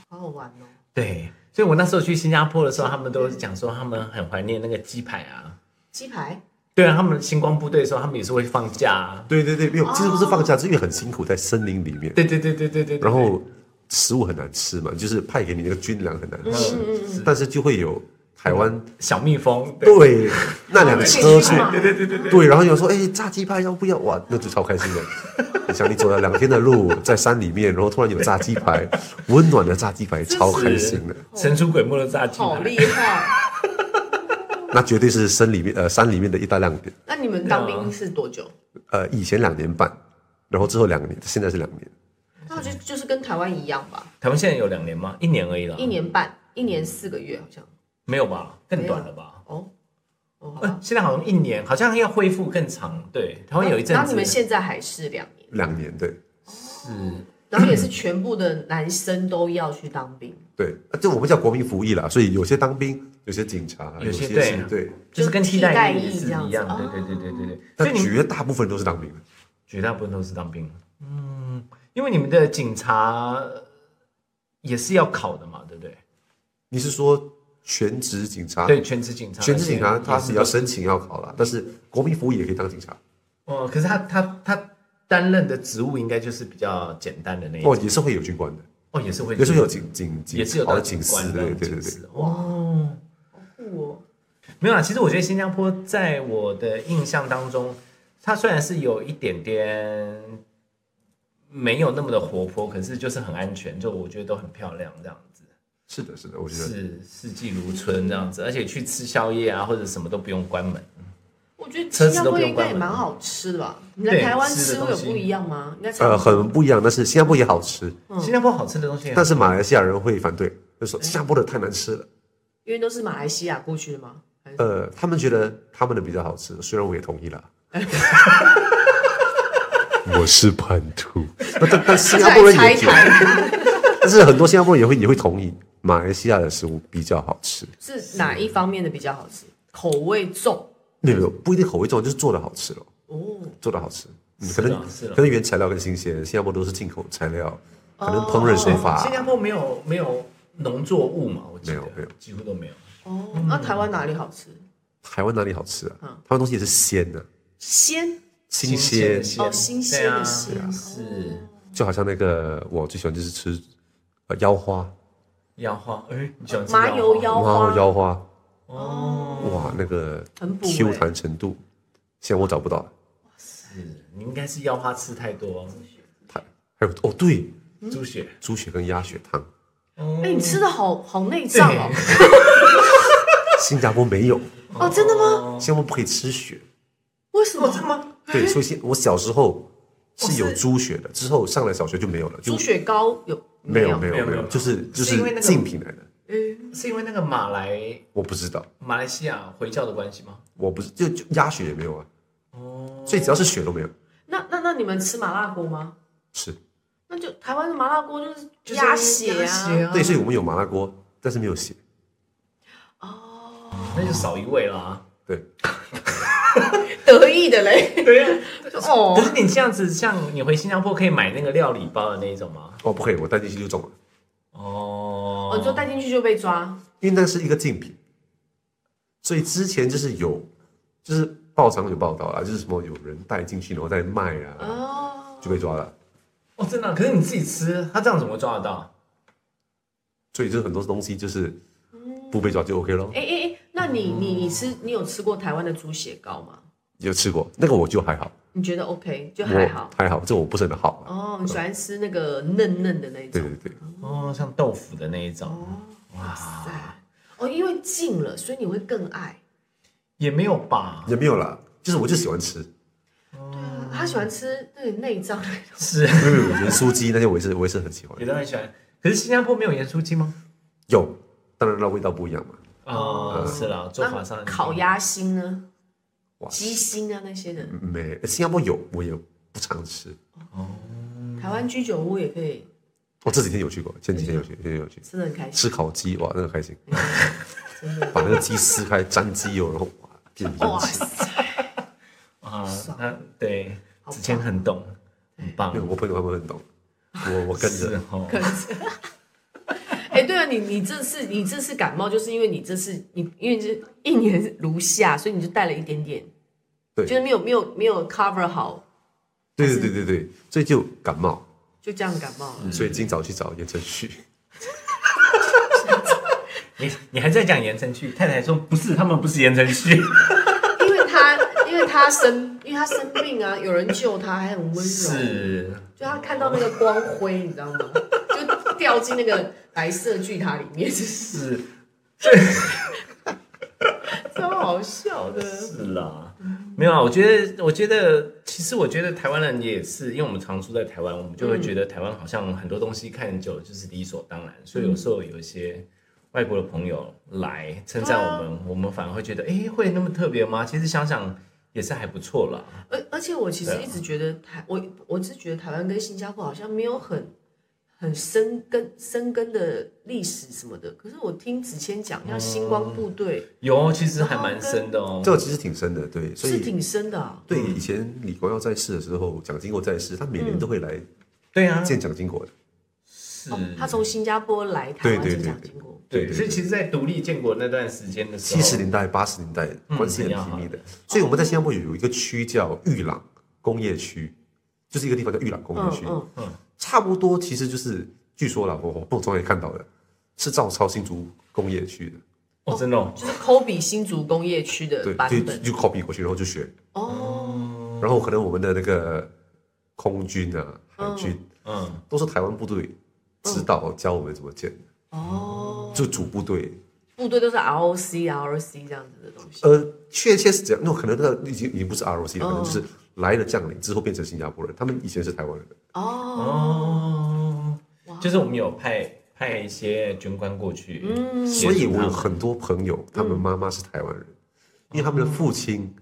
Speaker 2: 好好玩哦。
Speaker 1: 对，所以我那时候去新加坡的时候，他们都讲说他们很怀念那个鸡排啊。
Speaker 2: 鸡排
Speaker 1: 对啊，他们星光部队的时候，他们也是会放假、啊。
Speaker 3: 对对对，没有，其实不是放假，是因为很辛苦，在森林里面，
Speaker 1: 对对对对对对。对
Speaker 3: 然后食物很难吃嘛，就是派给你那个军粮很难吃，
Speaker 1: 是
Speaker 3: 但是就会有台湾
Speaker 1: 小蜜蜂，对
Speaker 3: 对那辆车
Speaker 2: 这
Speaker 3: 出
Speaker 2: 个也是嘛，
Speaker 3: 对对对对对，然后有人说哎炸鸡排要不要哇，那就超开心的。你想你走了两天的路，在山里面，然后突然有炸鸡排，温暖的炸鸡排，超开心啊的。
Speaker 1: 神出鬼没的炸鸡排。
Speaker 2: 哦好厉害！
Speaker 3: 那绝对是山里面呃山里面的一大亮点。
Speaker 2: 那你们当兵是多久？
Speaker 3: 呃，以前两年半，然后之后两年，现在是两年。
Speaker 1: 嗯
Speaker 2: 那我觉得就是跟台湾一样吧，
Speaker 1: 台湾现在有两年吗？一年而已啦。
Speaker 2: 一年半，一年四个月好像。
Speaker 1: 没有吧？更短了吧？
Speaker 2: 哦，哦，好
Speaker 1: 呃
Speaker 2: 吧。
Speaker 1: 现在好像一年，好像要恢复更长。对，台湾有一阵
Speaker 2: 啊然后
Speaker 1: 子。
Speaker 2: 你们现在还是两年，
Speaker 3: 两年，对
Speaker 1: 是
Speaker 2: 然后也是全部的男生都要去当兵，
Speaker 3: 对，啊这我们叫国民服役啦，所以有些当兵，有些警察，
Speaker 1: 有些
Speaker 3: 些
Speaker 1: 对
Speaker 3: 是对，
Speaker 1: 就是跟替
Speaker 2: 就替代
Speaker 1: 代
Speaker 2: 役
Speaker 1: 役是
Speaker 2: 这样
Speaker 1: 一
Speaker 2: 子
Speaker 1: 样。
Speaker 2: 哦
Speaker 1: 对对对对对对。所以
Speaker 3: 但
Speaker 1: 你们
Speaker 3: 绝大部分都是当兵的。
Speaker 1: 绝大部分都是当兵。嗯，因为你们的警察也是要考的嘛，对不对？
Speaker 3: 你是说全职警察？
Speaker 1: 对，全职警察，
Speaker 3: 全职警察他是
Speaker 1: 是
Speaker 3: 要申请要考啦，但是国民服役也可以当警察，
Speaker 1: 哦，可是他他他担任的职务应该就是比较简单的那一种
Speaker 3: 哦，也是会有军官的，
Speaker 1: 哦，也是会
Speaker 3: 也是会有警警警，
Speaker 1: 也是有
Speaker 3: 好
Speaker 1: 当
Speaker 3: 像警
Speaker 1: 官
Speaker 3: 司，
Speaker 1: 这
Speaker 3: 对
Speaker 1: 样
Speaker 3: 对对
Speaker 1: 警
Speaker 3: 对
Speaker 1: 司。哦，
Speaker 2: 酷哦，
Speaker 1: 没有啦，其实我觉得新加坡在我的印象当中，它虽然是有一点点没有那么的活泼，可是就是很安全，就我觉得都很漂亮这样子。
Speaker 3: 是的，是的，我觉得
Speaker 1: 是四季如春这样子，而且去吃宵夜啊或者什么都不用关门。
Speaker 2: 我觉得
Speaker 1: 车
Speaker 2: 新
Speaker 1: 子
Speaker 2: 加
Speaker 1: 都
Speaker 2: 坡
Speaker 1: 不用
Speaker 2: 应该也
Speaker 1: 关门
Speaker 2: 蛮好吃的吧？你
Speaker 1: 对
Speaker 2: 来台湾
Speaker 1: 吃
Speaker 2: 吃
Speaker 1: 的
Speaker 2: 会
Speaker 1: 东
Speaker 2: 有
Speaker 1: 西
Speaker 2: 不一样吗？应该差不
Speaker 3: 呃，
Speaker 2: 多
Speaker 3: 很不一样，但是新加坡也好吃，
Speaker 2: 嗯
Speaker 1: 新加坡好吃的东西也好
Speaker 3: 但是马来西亚人会反对，就说新加坡的太难吃了。
Speaker 2: 因为都是马来西亚过去的嘛。还是
Speaker 3: 呃，他们觉得他们的比较好吃，虽然我也同意了。 我是叛 徒，但但新加坡人也
Speaker 2: 拆
Speaker 3: 觉
Speaker 2: 台
Speaker 3: 得，但是很多新加坡人也会也会同意马来西亚的食物比较好吃。
Speaker 2: 是哪一方面的比较好吃？口味重
Speaker 3: 没有没有，不一定口味重，就是做的好吃咯，
Speaker 2: 哦，
Speaker 3: 做的好吃。嗯，
Speaker 1: 是
Speaker 3: 可
Speaker 1: 的
Speaker 3: 能
Speaker 1: 是的啊
Speaker 3: 可能原材料更新鲜，新加坡都是进口材料，可能烹饪手法
Speaker 1: 哦新加坡没有没有农作物嘛？我记得
Speaker 3: 啊没有没有
Speaker 1: 几乎都没有。
Speaker 2: 哦，那台湾哪里好吃？
Speaker 3: 台湾哪里好吃啊？
Speaker 2: 嗯
Speaker 3: 台湾东西也是鲜的、
Speaker 2: 鲜
Speaker 3: 新
Speaker 1: 鲜
Speaker 3: 鲜
Speaker 1: 的，鲜
Speaker 2: 哦新鲜的鲜
Speaker 1: 对啊
Speaker 2: 哦
Speaker 1: 是
Speaker 3: 就好像那个我最喜欢就是吃呃腰花，
Speaker 1: 腰花，哎，你喜欢吃
Speaker 2: 麻油
Speaker 1: 腰
Speaker 2: 腰啊花
Speaker 3: 哇腰花，
Speaker 1: 哦？
Speaker 3: 哇那个
Speaker 2: 很补欸
Speaker 3: Q 弹程度，现在我找不到了。
Speaker 1: 是，你应该是腰花吃太多，
Speaker 3: 还还有哦对，
Speaker 1: 猪血。
Speaker 3: 猪血跟鸭血 汤，
Speaker 1: 哦
Speaker 2: 哎、你吃的好好内脏哦！
Speaker 3: 新加坡没有，
Speaker 2: 哦，真的吗？
Speaker 3: 新加坡不可以吃血。
Speaker 2: 为什
Speaker 1: 哦，真的
Speaker 2: 么？
Speaker 1: 吗？
Speaker 3: 对，所以现我小时候是有
Speaker 1: 是
Speaker 3: 猪血的，之后上了小学就没有了，就
Speaker 2: 猪血糕有
Speaker 3: 没有
Speaker 1: 没
Speaker 3: 没有
Speaker 1: 有
Speaker 3: 没
Speaker 1: 没
Speaker 3: 有
Speaker 1: 有，
Speaker 3: 就是就是
Speaker 1: 因为那
Speaker 3: 是
Speaker 1: 个
Speaker 3: 竞品来的，
Speaker 2: 嗯，
Speaker 1: 是因为那个马来
Speaker 3: 我不知道，
Speaker 1: 马来西亚回教的关系吗？
Speaker 3: 我不是就就鸭血也没有啊，
Speaker 1: 哦，
Speaker 3: 所以只要是血都没有，
Speaker 2: 那那那你们吃麻辣锅吗？
Speaker 3: 是
Speaker 2: 那就台湾的麻辣锅就是
Speaker 1: 就是
Speaker 2: 鸭血
Speaker 1: 鸭血
Speaker 2: 啊，
Speaker 1: 啊，
Speaker 3: 对，所以我们有麻辣锅，但是没有血，
Speaker 1: 那就少一味啦。
Speaker 3: 对，
Speaker 2: 得意的嘞。
Speaker 1: 对呀，
Speaker 2: 哦
Speaker 1: 可，是你这样子，像你回新加坡可以买那个料理包的那一种吗？
Speaker 3: 哦不可以，我带进去就中了，
Speaker 1: 哦
Speaker 2: 哦，你说带进去就被抓，
Speaker 3: 因为那是一个竞品，所以之前就是有就是报场有报道啦，就是什么有人带进去然后再卖啊，
Speaker 2: 哦，
Speaker 3: 就被抓了，
Speaker 1: 哦，真的啊、可是你自己吃，他这样怎么抓得到？
Speaker 3: 所以就很多东西就是不被抓就 OK 咯，
Speaker 2: 哎哎哎，那你你你吃你有吃过台湾的猪血糕吗？
Speaker 3: 有吃过那个我就还好，
Speaker 2: 你觉得 OK 就
Speaker 3: 我
Speaker 2: 哦还好
Speaker 3: 还好，这我不是很好啊，
Speaker 2: 哦，你喜欢吃那个嫩嫩的那
Speaker 3: 对
Speaker 2: 种
Speaker 3: 对对。
Speaker 1: 哦，像豆腐的那一种，
Speaker 2: 对
Speaker 1: 哇，
Speaker 2: 哦，因为近了，所以你会更爱。
Speaker 1: 也没有吧？
Speaker 3: 也没有啦，就是我就喜欢吃，
Speaker 2: 对啊，他喜欢吃那个内脏那种，
Speaker 1: 是，
Speaker 3: 因为盐酥鸡那些我也是我也是很喜欢
Speaker 1: 有。的人喜欢。可是新加坡没有盐酥鸡吗？
Speaker 3: 有，当然那味道不一样嘛。
Speaker 1: 哦，是啦，做法上
Speaker 2: 那烤鸭心呢
Speaker 3: 哇、
Speaker 2: 鸡心啊那些的，
Speaker 3: 没，新加坡有，我也不常吃。嗯
Speaker 2: 台湾居酒屋也可以
Speaker 3: 我这几天有去过，前几天有去，前几天有去
Speaker 2: 吃的很开心，
Speaker 3: 吃烤鸡，哇，那个开心，
Speaker 2: 真的。
Speaker 3: 把那个鸡撕开沾鸡油，然后哇，变 成
Speaker 2: 哇
Speaker 3: 鸡。
Speaker 2: 塞，
Speaker 1: 啊
Speaker 2: 爽，
Speaker 1: 那对，
Speaker 2: 好棒
Speaker 1: 子谦很懂，很棒
Speaker 3: 没，有，我朋友他们很懂，我我跟
Speaker 1: 是
Speaker 2: 啊
Speaker 3: 着。
Speaker 1: 哦，
Speaker 2: 哎，对啊，你你这次你这次感冒，就是因为你这次你因为是一年如下，所以你就带了一点点，
Speaker 3: 对
Speaker 2: 就是没有没有没有 cover 好，
Speaker 3: 对对对对对，所以就感冒，
Speaker 2: 就这样感冒了。
Speaker 3: 所以今早去找言承旭。
Speaker 1: 你你还在讲言承旭？太太说不是，他们不是言承旭，
Speaker 2: 因为他，因为他生，因为他生病啊，有人救他，还很温 柔。
Speaker 1: 是
Speaker 2: 就他看到那个光辉，你知 道吗？就掉进那个白色巨塔里面，
Speaker 1: 是
Speaker 2: 超好笑的。
Speaker 1: 是啦，没有啊，我觉得，我觉得，其实我觉得台湾人也是，因为我们常住在台湾，我们就会觉得台湾好像很多东西看久了就是理所当然，所以有时候有一些外国的朋友来称赞我们，
Speaker 2: 嗯
Speaker 1: 我们反而会觉得，哎、会那么特别吗？其实想想也是还不错啦。
Speaker 2: 而而且我其实
Speaker 1: 对啊
Speaker 2: 一直觉得台，我我是觉得台湾跟新加坡好像没有很很深根深根的历史什么的。可是我听子谦讲，像星光部队、
Speaker 1: 有，其实还蛮深的哦、
Speaker 3: 这个其实挺深的，对，嗯所
Speaker 2: 是
Speaker 3: 以
Speaker 2: 挺深的、啊，
Speaker 3: 对以前李光耀在世的时候，蒋经国在世，他每年都会来
Speaker 1: 对
Speaker 2: 嗯
Speaker 1: 啊，
Speaker 3: 见蒋经国的。
Speaker 1: 是
Speaker 2: 哦，他从新加坡来台湾
Speaker 3: 对对
Speaker 2: 就
Speaker 3: 对
Speaker 2: 讲
Speaker 3: 对
Speaker 2: 经过，
Speaker 1: 对，所以其实，在独立建国那段时间的时
Speaker 3: 七
Speaker 1: 候，
Speaker 3: 十年代、八十年代
Speaker 1: 嗯
Speaker 3: 关系很
Speaker 1: 比较好
Speaker 2: 啊
Speaker 3: 紧密的，所以我们在新加坡有一个区叫裕朗工业区，就是一个地方叫裕朗工业
Speaker 2: 嗯
Speaker 3: 区，
Speaker 2: 嗯，
Speaker 3: 差不多其实就是据说了，我我从哪里看到的，是照抄新竹工业区的，
Speaker 1: 哦，真的、哦，
Speaker 2: 就是 Kobe 新竹工业区的版
Speaker 3: 对，就
Speaker 2: 本
Speaker 3: 就 copy 过去，然后就学，
Speaker 2: 哦。
Speaker 3: 然后可能我们的那个空军啊、海军
Speaker 1: 嗯，
Speaker 3: 都是台湾部队指导教我们怎么建的，
Speaker 2: 哦，
Speaker 3: 就主部队
Speaker 2: 部队都是 ROC、ROC 这样子的东西。
Speaker 3: 呃，确切是这样，那可能那个已经已经不是 ROC 了，可能
Speaker 2: 哦
Speaker 3: 就是来了将领之后变成新加坡人，他们以前是台湾人，
Speaker 2: 哦，
Speaker 1: 哦
Speaker 2: 哇，
Speaker 1: 就是我们有派派一些军官过去，
Speaker 2: 嗯
Speaker 3: 所以我有很多朋友，他们妈妈是台湾人，因为他们的父亲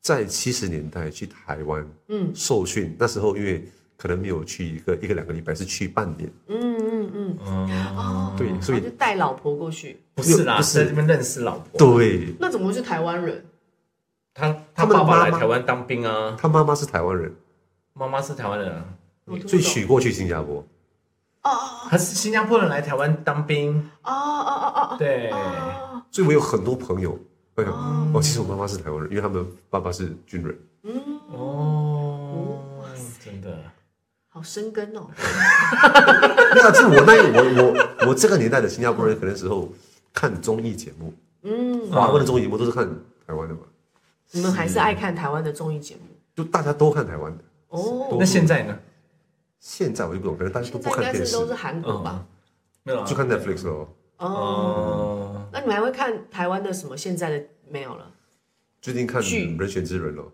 Speaker 3: 在七十年代去台湾
Speaker 2: 嗯
Speaker 3: 受训，那时候因为可能没有去一个一个两个礼拜，是去半年，
Speaker 2: 嗯嗯嗯，
Speaker 1: 嗯，
Speaker 2: 哦，
Speaker 3: 对所以
Speaker 2: 然后就带老婆过去，
Speaker 1: 不是啦，
Speaker 3: 不
Speaker 1: 是
Speaker 3: 是
Speaker 1: 在这边认识老婆，
Speaker 3: 对
Speaker 2: 那怎么会是台湾人？
Speaker 1: 他
Speaker 3: 他
Speaker 1: 他
Speaker 3: 们
Speaker 1: 爸
Speaker 3: 的
Speaker 1: 爸来
Speaker 3: 妈妈
Speaker 1: 台湾当兵啊，
Speaker 3: 他妈妈是台湾人，
Speaker 1: 妈妈是台湾人啊，
Speaker 2: 我听不
Speaker 3: 所以
Speaker 2: 懂
Speaker 3: 娶过去新加坡，
Speaker 2: 哦哦
Speaker 1: 他是新加坡人来台湾当兵，
Speaker 2: 哦哦哦哦
Speaker 1: 对
Speaker 2: 哦，哦，
Speaker 3: 所以我有很多朋友，哎呀，
Speaker 2: 哦
Speaker 3: 哦，其实我妈妈是台湾人，因为他们爸爸是军人，
Speaker 2: 嗯，
Speaker 1: 哦，真的，
Speaker 2: 好生根哦，
Speaker 3: 那是我那我我我这个年代的新加坡人，可能时候看综艺节目，
Speaker 2: 嗯，
Speaker 3: 华文的综艺节目都是看台湾的嘛，
Speaker 2: 你们还是爱看台湾的综艺节目
Speaker 3: 就大家都看台湾的。
Speaker 2: 哦
Speaker 3: 都
Speaker 1: 啊那。现在呢？
Speaker 3: 现在我就不懂，可能大家都
Speaker 2: 现
Speaker 3: 不
Speaker 2: 在应
Speaker 3: 看
Speaker 2: 该
Speaker 3: 电
Speaker 2: 是
Speaker 3: 视，
Speaker 2: 都是韩国吧？
Speaker 1: 没有啊
Speaker 3: 就看 Netflix 了哦。
Speaker 2: 哦，
Speaker 1: 哦，
Speaker 2: 那你们还会看台湾的什么？现在的没有了。
Speaker 3: 最近看
Speaker 2: 剧
Speaker 3: 《人选之人》了，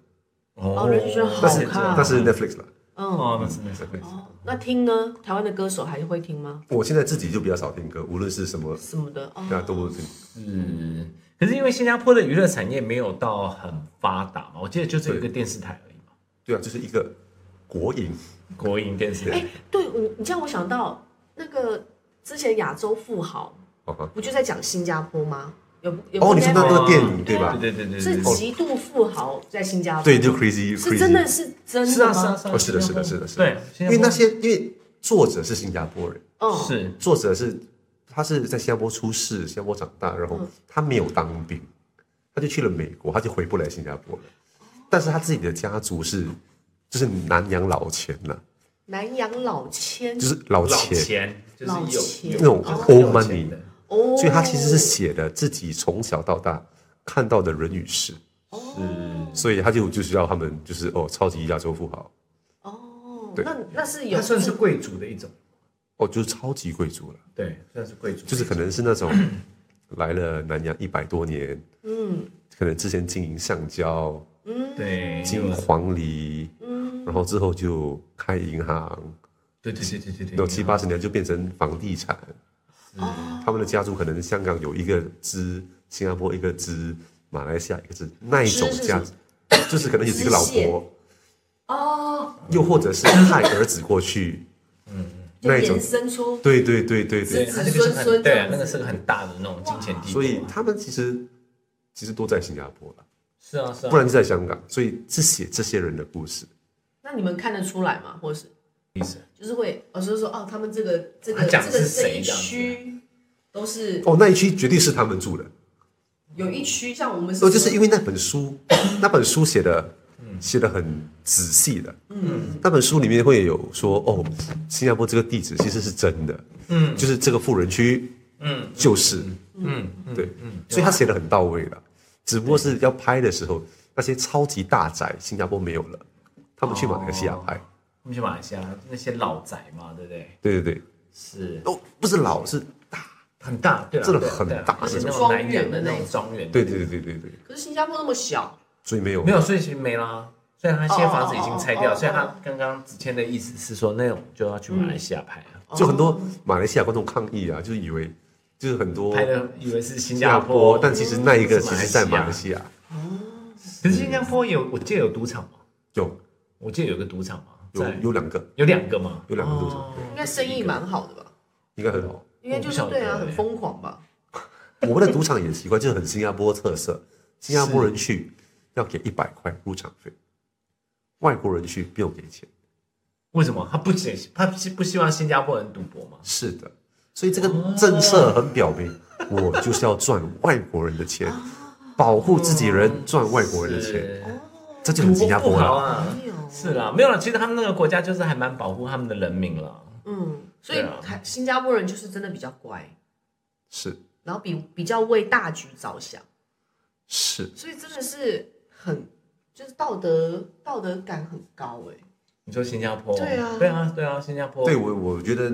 Speaker 1: 哦
Speaker 2: 人家觉得好
Speaker 3: 但是
Speaker 2: 看啊
Speaker 3: 但是 Netflix 了。
Speaker 2: 嗯，
Speaker 1: 哦，那是那是那是
Speaker 2: 哦，那听呢？台湾的歌手还是会听吗？
Speaker 3: 我现在自己就比较少听歌，无论是什么，
Speaker 2: 什么的？
Speaker 3: 大家
Speaker 2: 哦，
Speaker 3: 都不听。
Speaker 1: 是，可是因为新加坡的娱乐产业没有到很发达嘛，我记得就是有一个电视台而已嘛，
Speaker 3: 对啊，就是一个国营，
Speaker 1: 国营电视台
Speaker 2: 哎。，对，你你这样我想到那个之前亚洲富豪
Speaker 3: 好吧？
Speaker 2: 不就在讲新加坡吗？有有
Speaker 3: 哦，你说那
Speaker 1: 个
Speaker 3: 个电影对吧？哦
Speaker 1: 对对对
Speaker 2: 是
Speaker 1: 对对，
Speaker 2: 极度富豪在新加坡，
Speaker 3: 对，就 Crazy
Speaker 2: 是真的
Speaker 3: Crazy，
Speaker 2: 是真
Speaker 1: 是
Speaker 2: 的
Speaker 1: 啊是啊
Speaker 2: 吗？
Speaker 1: 是啊，
Speaker 3: 哦是的是的是的是的
Speaker 1: 对，新
Speaker 3: 因
Speaker 1: 加坡
Speaker 3: 为那些因为作者是新加坡人，
Speaker 2: 嗯，
Speaker 1: 是
Speaker 3: 作者是他是在新加坡出世，新加坡长大，然后
Speaker 2: 嗯
Speaker 3: 他没有当兵，他就去了美国，他就回不来新加坡了。但是他自己的家族是就是南洋老钱了，
Speaker 2: 南洋老千
Speaker 3: 就是老
Speaker 1: 老
Speaker 3: 钱，
Speaker 1: 钱，就是有有
Speaker 2: 老钱
Speaker 3: 那种
Speaker 1: 有
Speaker 3: old
Speaker 1: 有钱
Speaker 3: money，
Speaker 1: 的
Speaker 2: 哦，
Speaker 3: 所以他其实是写的自己从小到大看到的人与事，
Speaker 2: 哦
Speaker 3: 所以他就就是要他们就是哦超级亚洲富豪，
Speaker 2: 哦，
Speaker 3: 对
Speaker 2: 那那是有
Speaker 1: 他算是贵族的一种，
Speaker 3: 哦就是超级贵族了，
Speaker 1: 对，算是贵族，
Speaker 3: 就是可能是那种 来了南洋一百多年，
Speaker 2: 嗯
Speaker 3: 可能之前经营橡胶，
Speaker 2: 嗯
Speaker 1: 对，
Speaker 3: 经营黄梨，
Speaker 2: 嗯
Speaker 3: 然后之后就开银行，
Speaker 1: 对对对对对对，
Speaker 3: 然后七八十年就变成房地产。
Speaker 2: 哦
Speaker 3: 他们的家族可能香港有一个支，新加坡一个支，马来西亚一个支，那一种
Speaker 2: 支是
Speaker 3: 家
Speaker 2: 什
Speaker 3: 族，就是可能有几个老
Speaker 2: 支线
Speaker 3: 婆，
Speaker 2: 哦，
Speaker 3: 又或者是派儿子过去，
Speaker 2: 就
Speaker 3: 那一种
Speaker 2: 衍生出
Speaker 3: 对对对对对
Speaker 1: 对，
Speaker 2: 子
Speaker 1: 他那个是
Speaker 2: 孙
Speaker 1: 很
Speaker 2: 孙这
Speaker 1: 对
Speaker 2: 样
Speaker 1: 啊，
Speaker 2: 子
Speaker 1: 那个是个很大的那种金钱帝国
Speaker 3: 所
Speaker 1: 啊，
Speaker 3: 以他们其实其实都在新加坡了，
Speaker 1: 是啊是啊，
Speaker 3: 不然就在香港，所以是写这些人的故事。
Speaker 2: 那你们看得出来吗？或是
Speaker 1: 意思
Speaker 2: 就是会，哦，就是说哦，他们这个这
Speaker 1: 他
Speaker 2: 个这
Speaker 1: 讲的
Speaker 2: 个
Speaker 1: 是
Speaker 2: 这
Speaker 1: 谁
Speaker 2: 一区都是
Speaker 3: 哦，那一区绝对是他们住的，
Speaker 2: 有一区，像我们是
Speaker 3: 哦，就是因
Speaker 2: 为
Speaker 3: 为那本书，那本书写的写的很仔细的，嗯，那本书里面会有说，哦，新加坡这个地址其实是真的，嗯，就是这个富人区，嗯，就是，
Speaker 1: 嗯，
Speaker 3: 对，所以他写的很到位了，只不过是要拍的时候，那些超级大宅新加坡没有了，他们去马来西亚
Speaker 1: 哦
Speaker 3: 拍，
Speaker 1: 他们去马来西亚那些老宅嘛，对不对？
Speaker 3: 对对对，
Speaker 1: 是
Speaker 3: 哦，不是老是，
Speaker 1: 很大，对啊，
Speaker 3: 真的
Speaker 1: 对啊
Speaker 3: 很
Speaker 1: 对啊
Speaker 3: 大
Speaker 1: 而且
Speaker 3: 那
Speaker 1: 那
Speaker 2: 种
Speaker 1: 种南
Speaker 2: 庄园
Speaker 1: 洋
Speaker 2: 的
Speaker 1: 的那
Speaker 2: 那
Speaker 1: 种庄园，
Speaker 3: 对对对对对对，
Speaker 2: 可是新加坡那么小，
Speaker 3: 所以没有
Speaker 1: 没有，所以其实没啦。虽然他现在房子已经拆
Speaker 2: 哦哦哦
Speaker 1: 掉，
Speaker 2: 哦
Speaker 1: 所以他刚刚子谦的意思是说，那种就要去马来西亚拍啊，
Speaker 3: 就很多马来西亚观众抗议啊，就是以为就是很多
Speaker 1: 拍的以为是新
Speaker 3: 嗯新
Speaker 1: 加坡，
Speaker 3: 但其实那一个
Speaker 1: 是
Speaker 3: 其
Speaker 1: 马来
Speaker 3: 实在
Speaker 1: 西亚
Speaker 3: 马来西亚
Speaker 1: 可是新加坡有，我记得有赌场嘛，
Speaker 3: 有
Speaker 1: 我记得有个赌场嘛，
Speaker 3: 有
Speaker 1: 在
Speaker 3: 有两个
Speaker 1: 有两个嘛，
Speaker 3: 有两个赌场，对
Speaker 2: 应该生意蛮好的吧？
Speaker 3: 应该很好。
Speaker 2: 应该就是
Speaker 1: 我不晓得
Speaker 2: 对啊，
Speaker 1: 欸
Speaker 2: 很疯狂吧？
Speaker 3: 我们的赌场也奇怪，就是很新加坡特色，新加坡人去要给一百块入场费，外国人去不用给钱。
Speaker 1: 为什么他不希他不希望新加坡人赌博吗？
Speaker 3: 是的，所以这个政策很表明，我就是要赚外国人的钱， 保护自己人赚外国人的钱，
Speaker 1: 是
Speaker 3: 这就很新加
Speaker 1: 赌
Speaker 3: 坡
Speaker 1: 博不好
Speaker 3: 了。
Speaker 1: 啊，
Speaker 2: 哦没有，
Speaker 1: 是啦，没有啦，其实他们那个国家就是还蛮保护他们的人民了。
Speaker 2: 嗯，所以
Speaker 1: 对啊
Speaker 2: 台新加坡人就是真的比较乖，
Speaker 3: 是
Speaker 2: 然后比比较为大局着想，
Speaker 3: 是，
Speaker 2: 所以真的是很就是道德道德感很高哎、
Speaker 1: 你说新加坡？
Speaker 2: 对啊
Speaker 1: 对啊，对啊，新加坡。
Speaker 3: 对我我觉得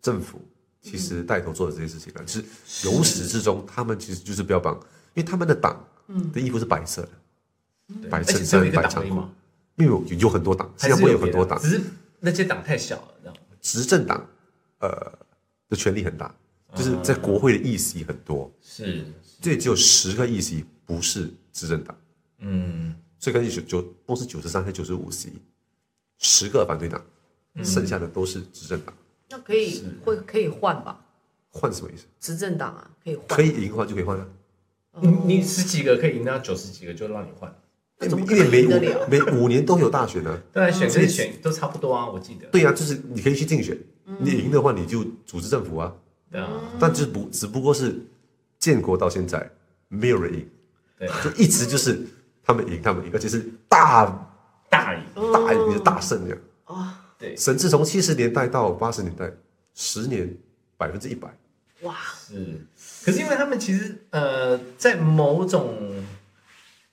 Speaker 3: 政府其
Speaker 1: 嗯
Speaker 3: 实带头做的这些事情啊，就是由始至终，他们其实就是标榜，因为他们的党
Speaker 1: 嗯
Speaker 3: 的衣服是白色的，
Speaker 1: 对
Speaker 3: 白
Speaker 1: 而且
Speaker 3: 衬
Speaker 1: 只有
Speaker 3: 衫
Speaker 1: 一、个
Speaker 3: 白
Speaker 1: 党而
Speaker 3: 长
Speaker 1: 已
Speaker 3: 裤
Speaker 1: 嘛，，
Speaker 3: 因为有有有很多党，新
Speaker 1: 还
Speaker 3: 加
Speaker 1: 是
Speaker 3: 坡有
Speaker 1: 别
Speaker 3: 很
Speaker 1: 的
Speaker 3: 多党，
Speaker 1: 只是那些党太小了，这样
Speaker 3: 执政党呃的权力很大，就是在
Speaker 1: 嗯
Speaker 3: 国会的议席很多，
Speaker 1: 是
Speaker 3: 这里只有十个议席不是执政党，
Speaker 1: 嗯
Speaker 3: 所以根据九九共是九十三还是九十五席，十个反对党，
Speaker 1: 嗯
Speaker 3: 剩下的都是执政党，
Speaker 2: 那可以会可以换吧？
Speaker 3: 换什么意思？
Speaker 2: 执政党啊，可以换。
Speaker 3: 可以赢的话就可以换啊。
Speaker 1: 你你十几个可以赢到九十几个，就让你换。
Speaker 2: 那怎么
Speaker 3: 因为
Speaker 2: 可以赢得
Speaker 3: 哎每
Speaker 2: 了
Speaker 3: 五每五年都有大选呢、
Speaker 1: 当然选跟选都差不多啊，我记得。
Speaker 3: 对呀、就是你可以去竞选，你赢的话你就组织政府啊。
Speaker 1: 对啊，
Speaker 3: 但就是不只不过是建国到现在没有人赢，
Speaker 1: 对
Speaker 3: 就一直就是他们赢他们赢，而且是大
Speaker 1: 大赢。
Speaker 2: 嗯
Speaker 3: 大赢的大胜这样。
Speaker 1: 对，
Speaker 3: 甚至从七十年代到八十年代，十年百分之一百，
Speaker 2: 哇，
Speaker 1: 是，可是因为他们其实呃，在某种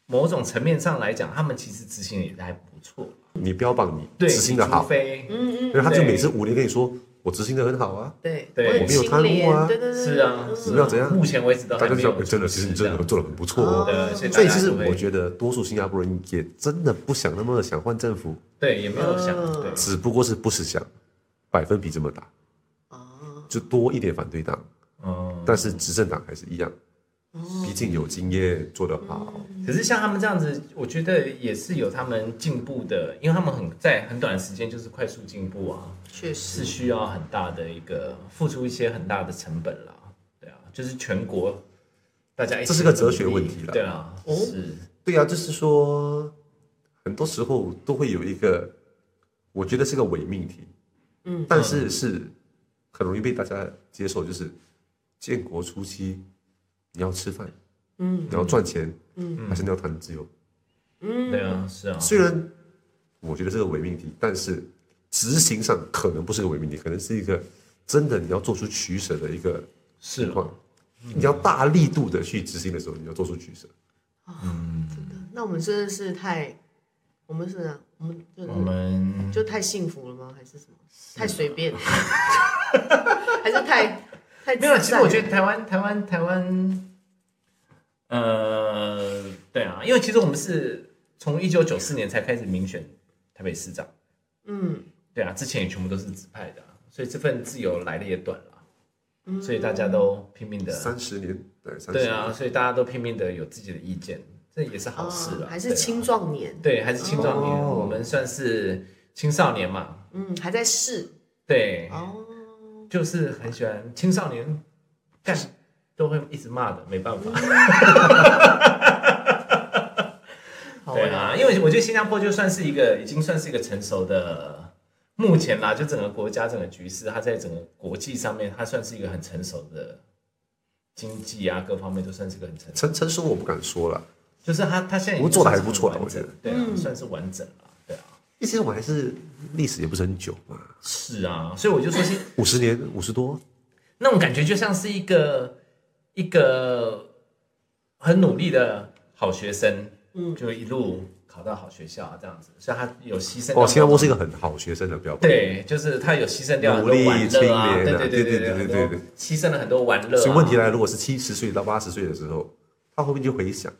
Speaker 1: 某种层面上来讲，他们其实执行的也还不错。
Speaker 3: 你标榜你
Speaker 1: 对，
Speaker 3: 执行的
Speaker 1: 除
Speaker 3: 好，
Speaker 1: 非
Speaker 2: 嗯嗯，
Speaker 3: 然后他就
Speaker 1: 对
Speaker 3: 每次五年跟你说我执行的很好啊，
Speaker 2: 对，
Speaker 1: 对
Speaker 2: 很
Speaker 1: 我
Speaker 3: 没有贪污啊
Speaker 2: 清廉对对对，
Speaker 1: 是啊
Speaker 2: 嗯
Speaker 3: 怎么样怎样，
Speaker 1: 目前为止都
Speaker 3: 大
Speaker 1: 还
Speaker 3: 家就
Speaker 1: 没
Speaker 3: 说
Speaker 1: 有
Speaker 3: 哎真的，其实你
Speaker 1: 这
Speaker 3: 真的
Speaker 1: 样。
Speaker 3: 做的很不错哦。
Speaker 1: 对，所以
Speaker 3: 所以
Speaker 1: 大
Speaker 3: 其
Speaker 1: 家
Speaker 3: 实
Speaker 1: 不会
Speaker 3: 我觉得多数新加坡人也真的不想那么想换政府，
Speaker 1: 对也没有想
Speaker 2: 嗯
Speaker 1: 对
Speaker 3: 只不过是不识想，百分比这么大，
Speaker 2: 啊，
Speaker 3: 就多一点反对党，
Speaker 1: 嗯。
Speaker 3: 但是执政党还是一样，毕竟有经验，做得好，
Speaker 1: 可是像他们这样子，我觉得也是有他们进步的，因为他们很在很短的时间就是快速进步啊。
Speaker 2: 确实
Speaker 1: 是需要很大的一个付出一些很大的成本啦。对啊，就是全国大家一起
Speaker 3: 这是个哲学问题啦
Speaker 1: 对啊，
Speaker 2: 哦
Speaker 1: 是
Speaker 3: 对啊，就是说，很多时候都会有一个，我觉得是个伪命题，嗯，但是是很容易被大家接受，就是建国初期，你要吃饭，嗯，你要赚钱，嗯，还是你要谈自由？
Speaker 1: 对啊，是啊，
Speaker 3: 虽然我觉得这个伪命题，但是执行上可能不是个伪命题，可能是一个真的你要做出取舍的一个
Speaker 1: 是啊
Speaker 3: 情
Speaker 1: 了，
Speaker 3: 况。你要大力度的去执行的时候，你要做出取舍。
Speaker 2: 那我们真的是太，我们是啊，我们就
Speaker 1: 我们
Speaker 2: 就太幸福了吗？还是什么？太随便？ 还是太太
Speaker 1: 啊没有啦。
Speaker 2: 自
Speaker 1: 其
Speaker 2: 在
Speaker 1: 实我觉得
Speaker 2: 了
Speaker 1: 台湾，台湾，台湾，呃，对啊，因为其实我们是从一九九四年才开始民选台北市长，
Speaker 2: 嗯，
Speaker 1: 对啊，之前也全部都是指派的啊、所以这份自由来的也短了，
Speaker 2: 嗯
Speaker 1: 所以大家都拼命的
Speaker 3: 三十年，对，三十
Speaker 1: 对
Speaker 3: 年，
Speaker 1: 啊，所以大家都拼命的有自己的意见，这也是好事
Speaker 2: 啊
Speaker 1: 了。
Speaker 2: 还是
Speaker 1: 对啊
Speaker 2: 青壮年，
Speaker 1: 对，还是青壮年，
Speaker 3: 哦
Speaker 1: 我们算是青少年嘛。
Speaker 2: 嗯，还在试
Speaker 1: 对，啊
Speaker 2: 哦，
Speaker 1: 就是很喜欢青少年干都会一直骂的，没办法。
Speaker 2: 好
Speaker 1: 对
Speaker 2: 啊，
Speaker 1: 啊，因为我觉得新加坡就算是一个已经算是一个成熟的，目前啦，就整个国家整个局势，它在整个国际上面，它算是一个很成熟的经济啊，各方面都算是一个很成熟，
Speaker 3: 成成熟我不敢说了，
Speaker 1: 就是它它现在已经
Speaker 3: 我做得
Speaker 1: 算是
Speaker 3: 还不错啦
Speaker 1: 很完整
Speaker 3: 我觉得
Speaker 1: 对啊，算是完整了，对啊。
Speaker 3: 其实我们还是历史也不是很久嘛，
Speaker 1: 是啊，所以我就说是
Speaker 3: 五十年五十多，
Speaker 1: 那种感觉，就像是一个一个很努力的好学生，嗯，就一路考到好学校啊，这样子，所以他有牺牲掉
Speaker 3: 哦，新加坡是一个很好学生的标榜，
Speaker 1: 对，就是他有牺牲掉很
Speaker 3: 努
Speaker 1: 多
Speaker 3: 力
Speaker 1: 玩乐啊，
Speaker 3: 清
Speaker 1: 对
Speaker 3: 廉啊
Speaker 1: 对对
Speaker 3: 对对
Speaker 1: 对
Speaker 3: 对对
Speaker 1: 很多
Speaker 3: 对
Speaker 1: 牺牲了很多玩乐、啊，
Speaker 3: 所以问题来，如果是七十岁到八十岁的时候，他后面就回想，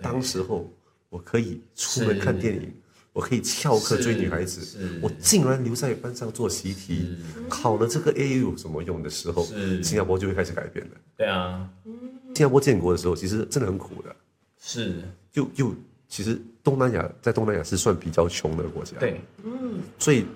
Speaker 3: 当时候我可以出门看电影，我可以翘课追女孩
Speaker 1: 是
Speaker 3: 子
Speaker 1: 是，
Speaker 3: 我竟然留在班上做习题，考了这个 A 有什么用的时候，
Speaker 1: 嗯是
Speaker 3: 新加坡就会开始改变了。
Speaker 1: 对啊，
Speaker 3: 新加坡建国的时候，其实真的很苦的，
Speaker 1: 是
Speaker 3: 就就其实东南亚在东南亚是算比较穷的国家，，
Speaker 1: 对
Speaker 3: 所以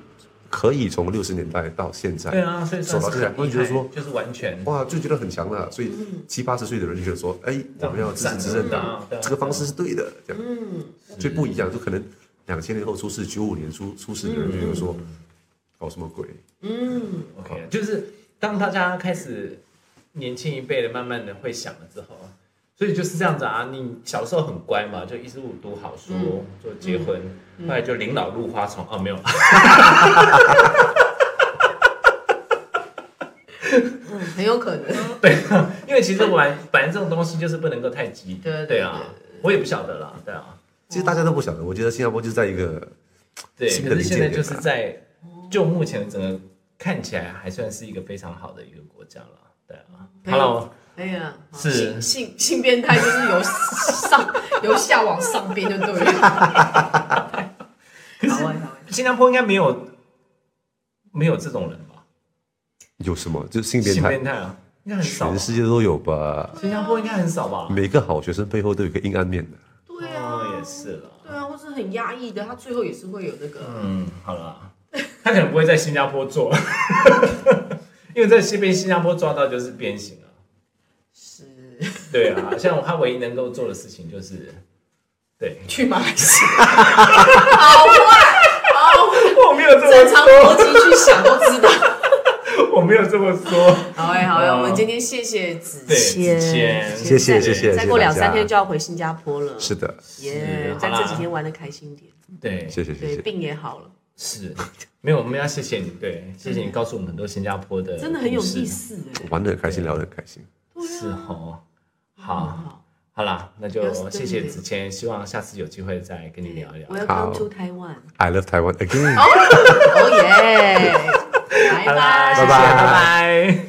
Speaker 3: 可以从六十年代到现在，
Speaker 1: 对啊，所以算是
Speaker 3: 走到这两
Speaker 1: 很
Speaker 3: 步
Speaker 1: 厉
Speaker 3: 你就
Speaker 1: 害，
Speaker 3: 是说哦
Speaker 1: 就是完全
Speaker 3: 哇，就觉得很强啊了。所以七八十岁的人就觉得说，哎，我们要支持执政
Speaker 1: 嗯
Speaker 3: 党
Speaker 1: 对啊，嗯
Speaker 3: 这个方式是对的，这样，
Speaker 2: 嗯
Speaker 3: 所以不一样。就可能两千年后出事，九五年出出事的人就觉得说，
Speaker 1: 嗯
Speaker 3: 搞什么鬼？
Speaker 2: 嗯
Speaker 1: OK，就是当大家开始年轻一辈的，慢慢的会想了之后，所以就是这样子啊。你小时候很乖嘛，就一路读好书，就结婚，后来就临老入花丛。哦，没有，
Speaker 2: 嗯，很有 可能，
Speaker 1: 对，啊因为其实玩反正这种东西就是不能够太急。
Speaker 2: 对对
Speaker 1: 对啊，我也不晓得啦，对啊，
Speaker 3: 其实大家都不晓得。我觉得新加坡就是在一个
Speaker 1: 对。
Speaker 3: 新的
Speaker 1: 可是
Speaker 3: 临界
Speaker 1: 现在
Speaker 3: 点
Speaker 1: 就是
Speaker 3: 啊
Speaker 1: 在就目前整个看起来还算是一个非常好的一个国家了。对啊，
Speaker 2: 没
Speaker 1: 好
Speaker 2: 有
Speaker 1: 了，我
Speaker 2: 哎呀，好
Speaker 1: 是
Speaker 2: 性性性变态就是由上 由下往上边就对 了。好啊玩好玩，
Speaker 1: 新加坡应该没有没有这种人吧？
Speaker 3: 有什么？就是性变
Speaker 1: 性
Speaker 3: 态，
Speaker 1: 变态啊，应该很少吧。
Speaker 3: 全世界都有吧？
Speaker 1: 新加坡应该很少吧？
Speaker 3: 每个好学生背后都有一个阴暗面的。
Speaker 2: 对
Speaker 3: 嗯
Speaker 1: 哦，
Speaker 2: 啊
Speaker 1: 也，是了。
Speaker 2: 对啊，或是很压抑的，他最后也是会有那个。
Speaker 1: 嗯，好了，他可能不会在新加坡做， 因为在西边新加坡抓到就是鞭刑啊。
Speaker 2: 是，
Speaker 1: 对啊，像他唯一能够做的事情就是，对
Speaker 2: 去马来西亚，好坏，好坏
Speaker 1: 我没有这
Speaker 2: 正
Speaker 1: 么
Speaker 2: 常逻辑去想都知道。
Speaker 1: 说，我没有这么说。
Speaker 2: 好哎、好哎、
Speaker 1: 嗯
Speaker 2: 我们今天谢谢子
Speaker 1: 对
Speaker 2: 谦，
Speaker 1: 子谦
Speaker 3: 谢谢谢谢
Speaker 2: 再
Speaker 3: 谢谢
Speaker 2: 过两
Speaker 3: 大家
Speaker 2: 三天就要回新加坡了，
Speaker 3: 是的，
Speaker 2: 耶
Speaker 1: 是
Speaker 2: 在
Speaker 1: 好
Speaker 2: 这
Speaker 1: 啦
Speaker 2: 几天玩的开心点，
Speaker 1: 对，
Speaker 3: 谢谢谢
Speaker 2: 对，
Speaker 3: 谢。
Speaker 2: 病也好了，
Speaker 1: 是没有，我们要谢谢你，对，谢谢你告诉我们很多新加坡的，
Speaker 2: 真的很有意，思
Speaker 1: 欸
Speaker 2: 哎、
Speaker 3: 玩的很开心，聊得很开心。
Speaker 1: 是哦。
Speaker 2: 很
Speaker 1: 好，
Speaker 2: 好
Speaker 1: 好啦，那
Speaker 2: 有
Speaker 1: 就
Speaker 2: 事
Speaker 1: 谢谢子谦，希望下次有机会再跟你聊一聊。
Speaker 3: 好
Speaker 2: Welcome to Taiwan，
Speaker 3: I love Taiwan again。
Speaker 2: 哦耶，拜拜
Speaker 1: 好啦，谢谢，
Speaker 3: 拜
Speaker 1: 拜拜。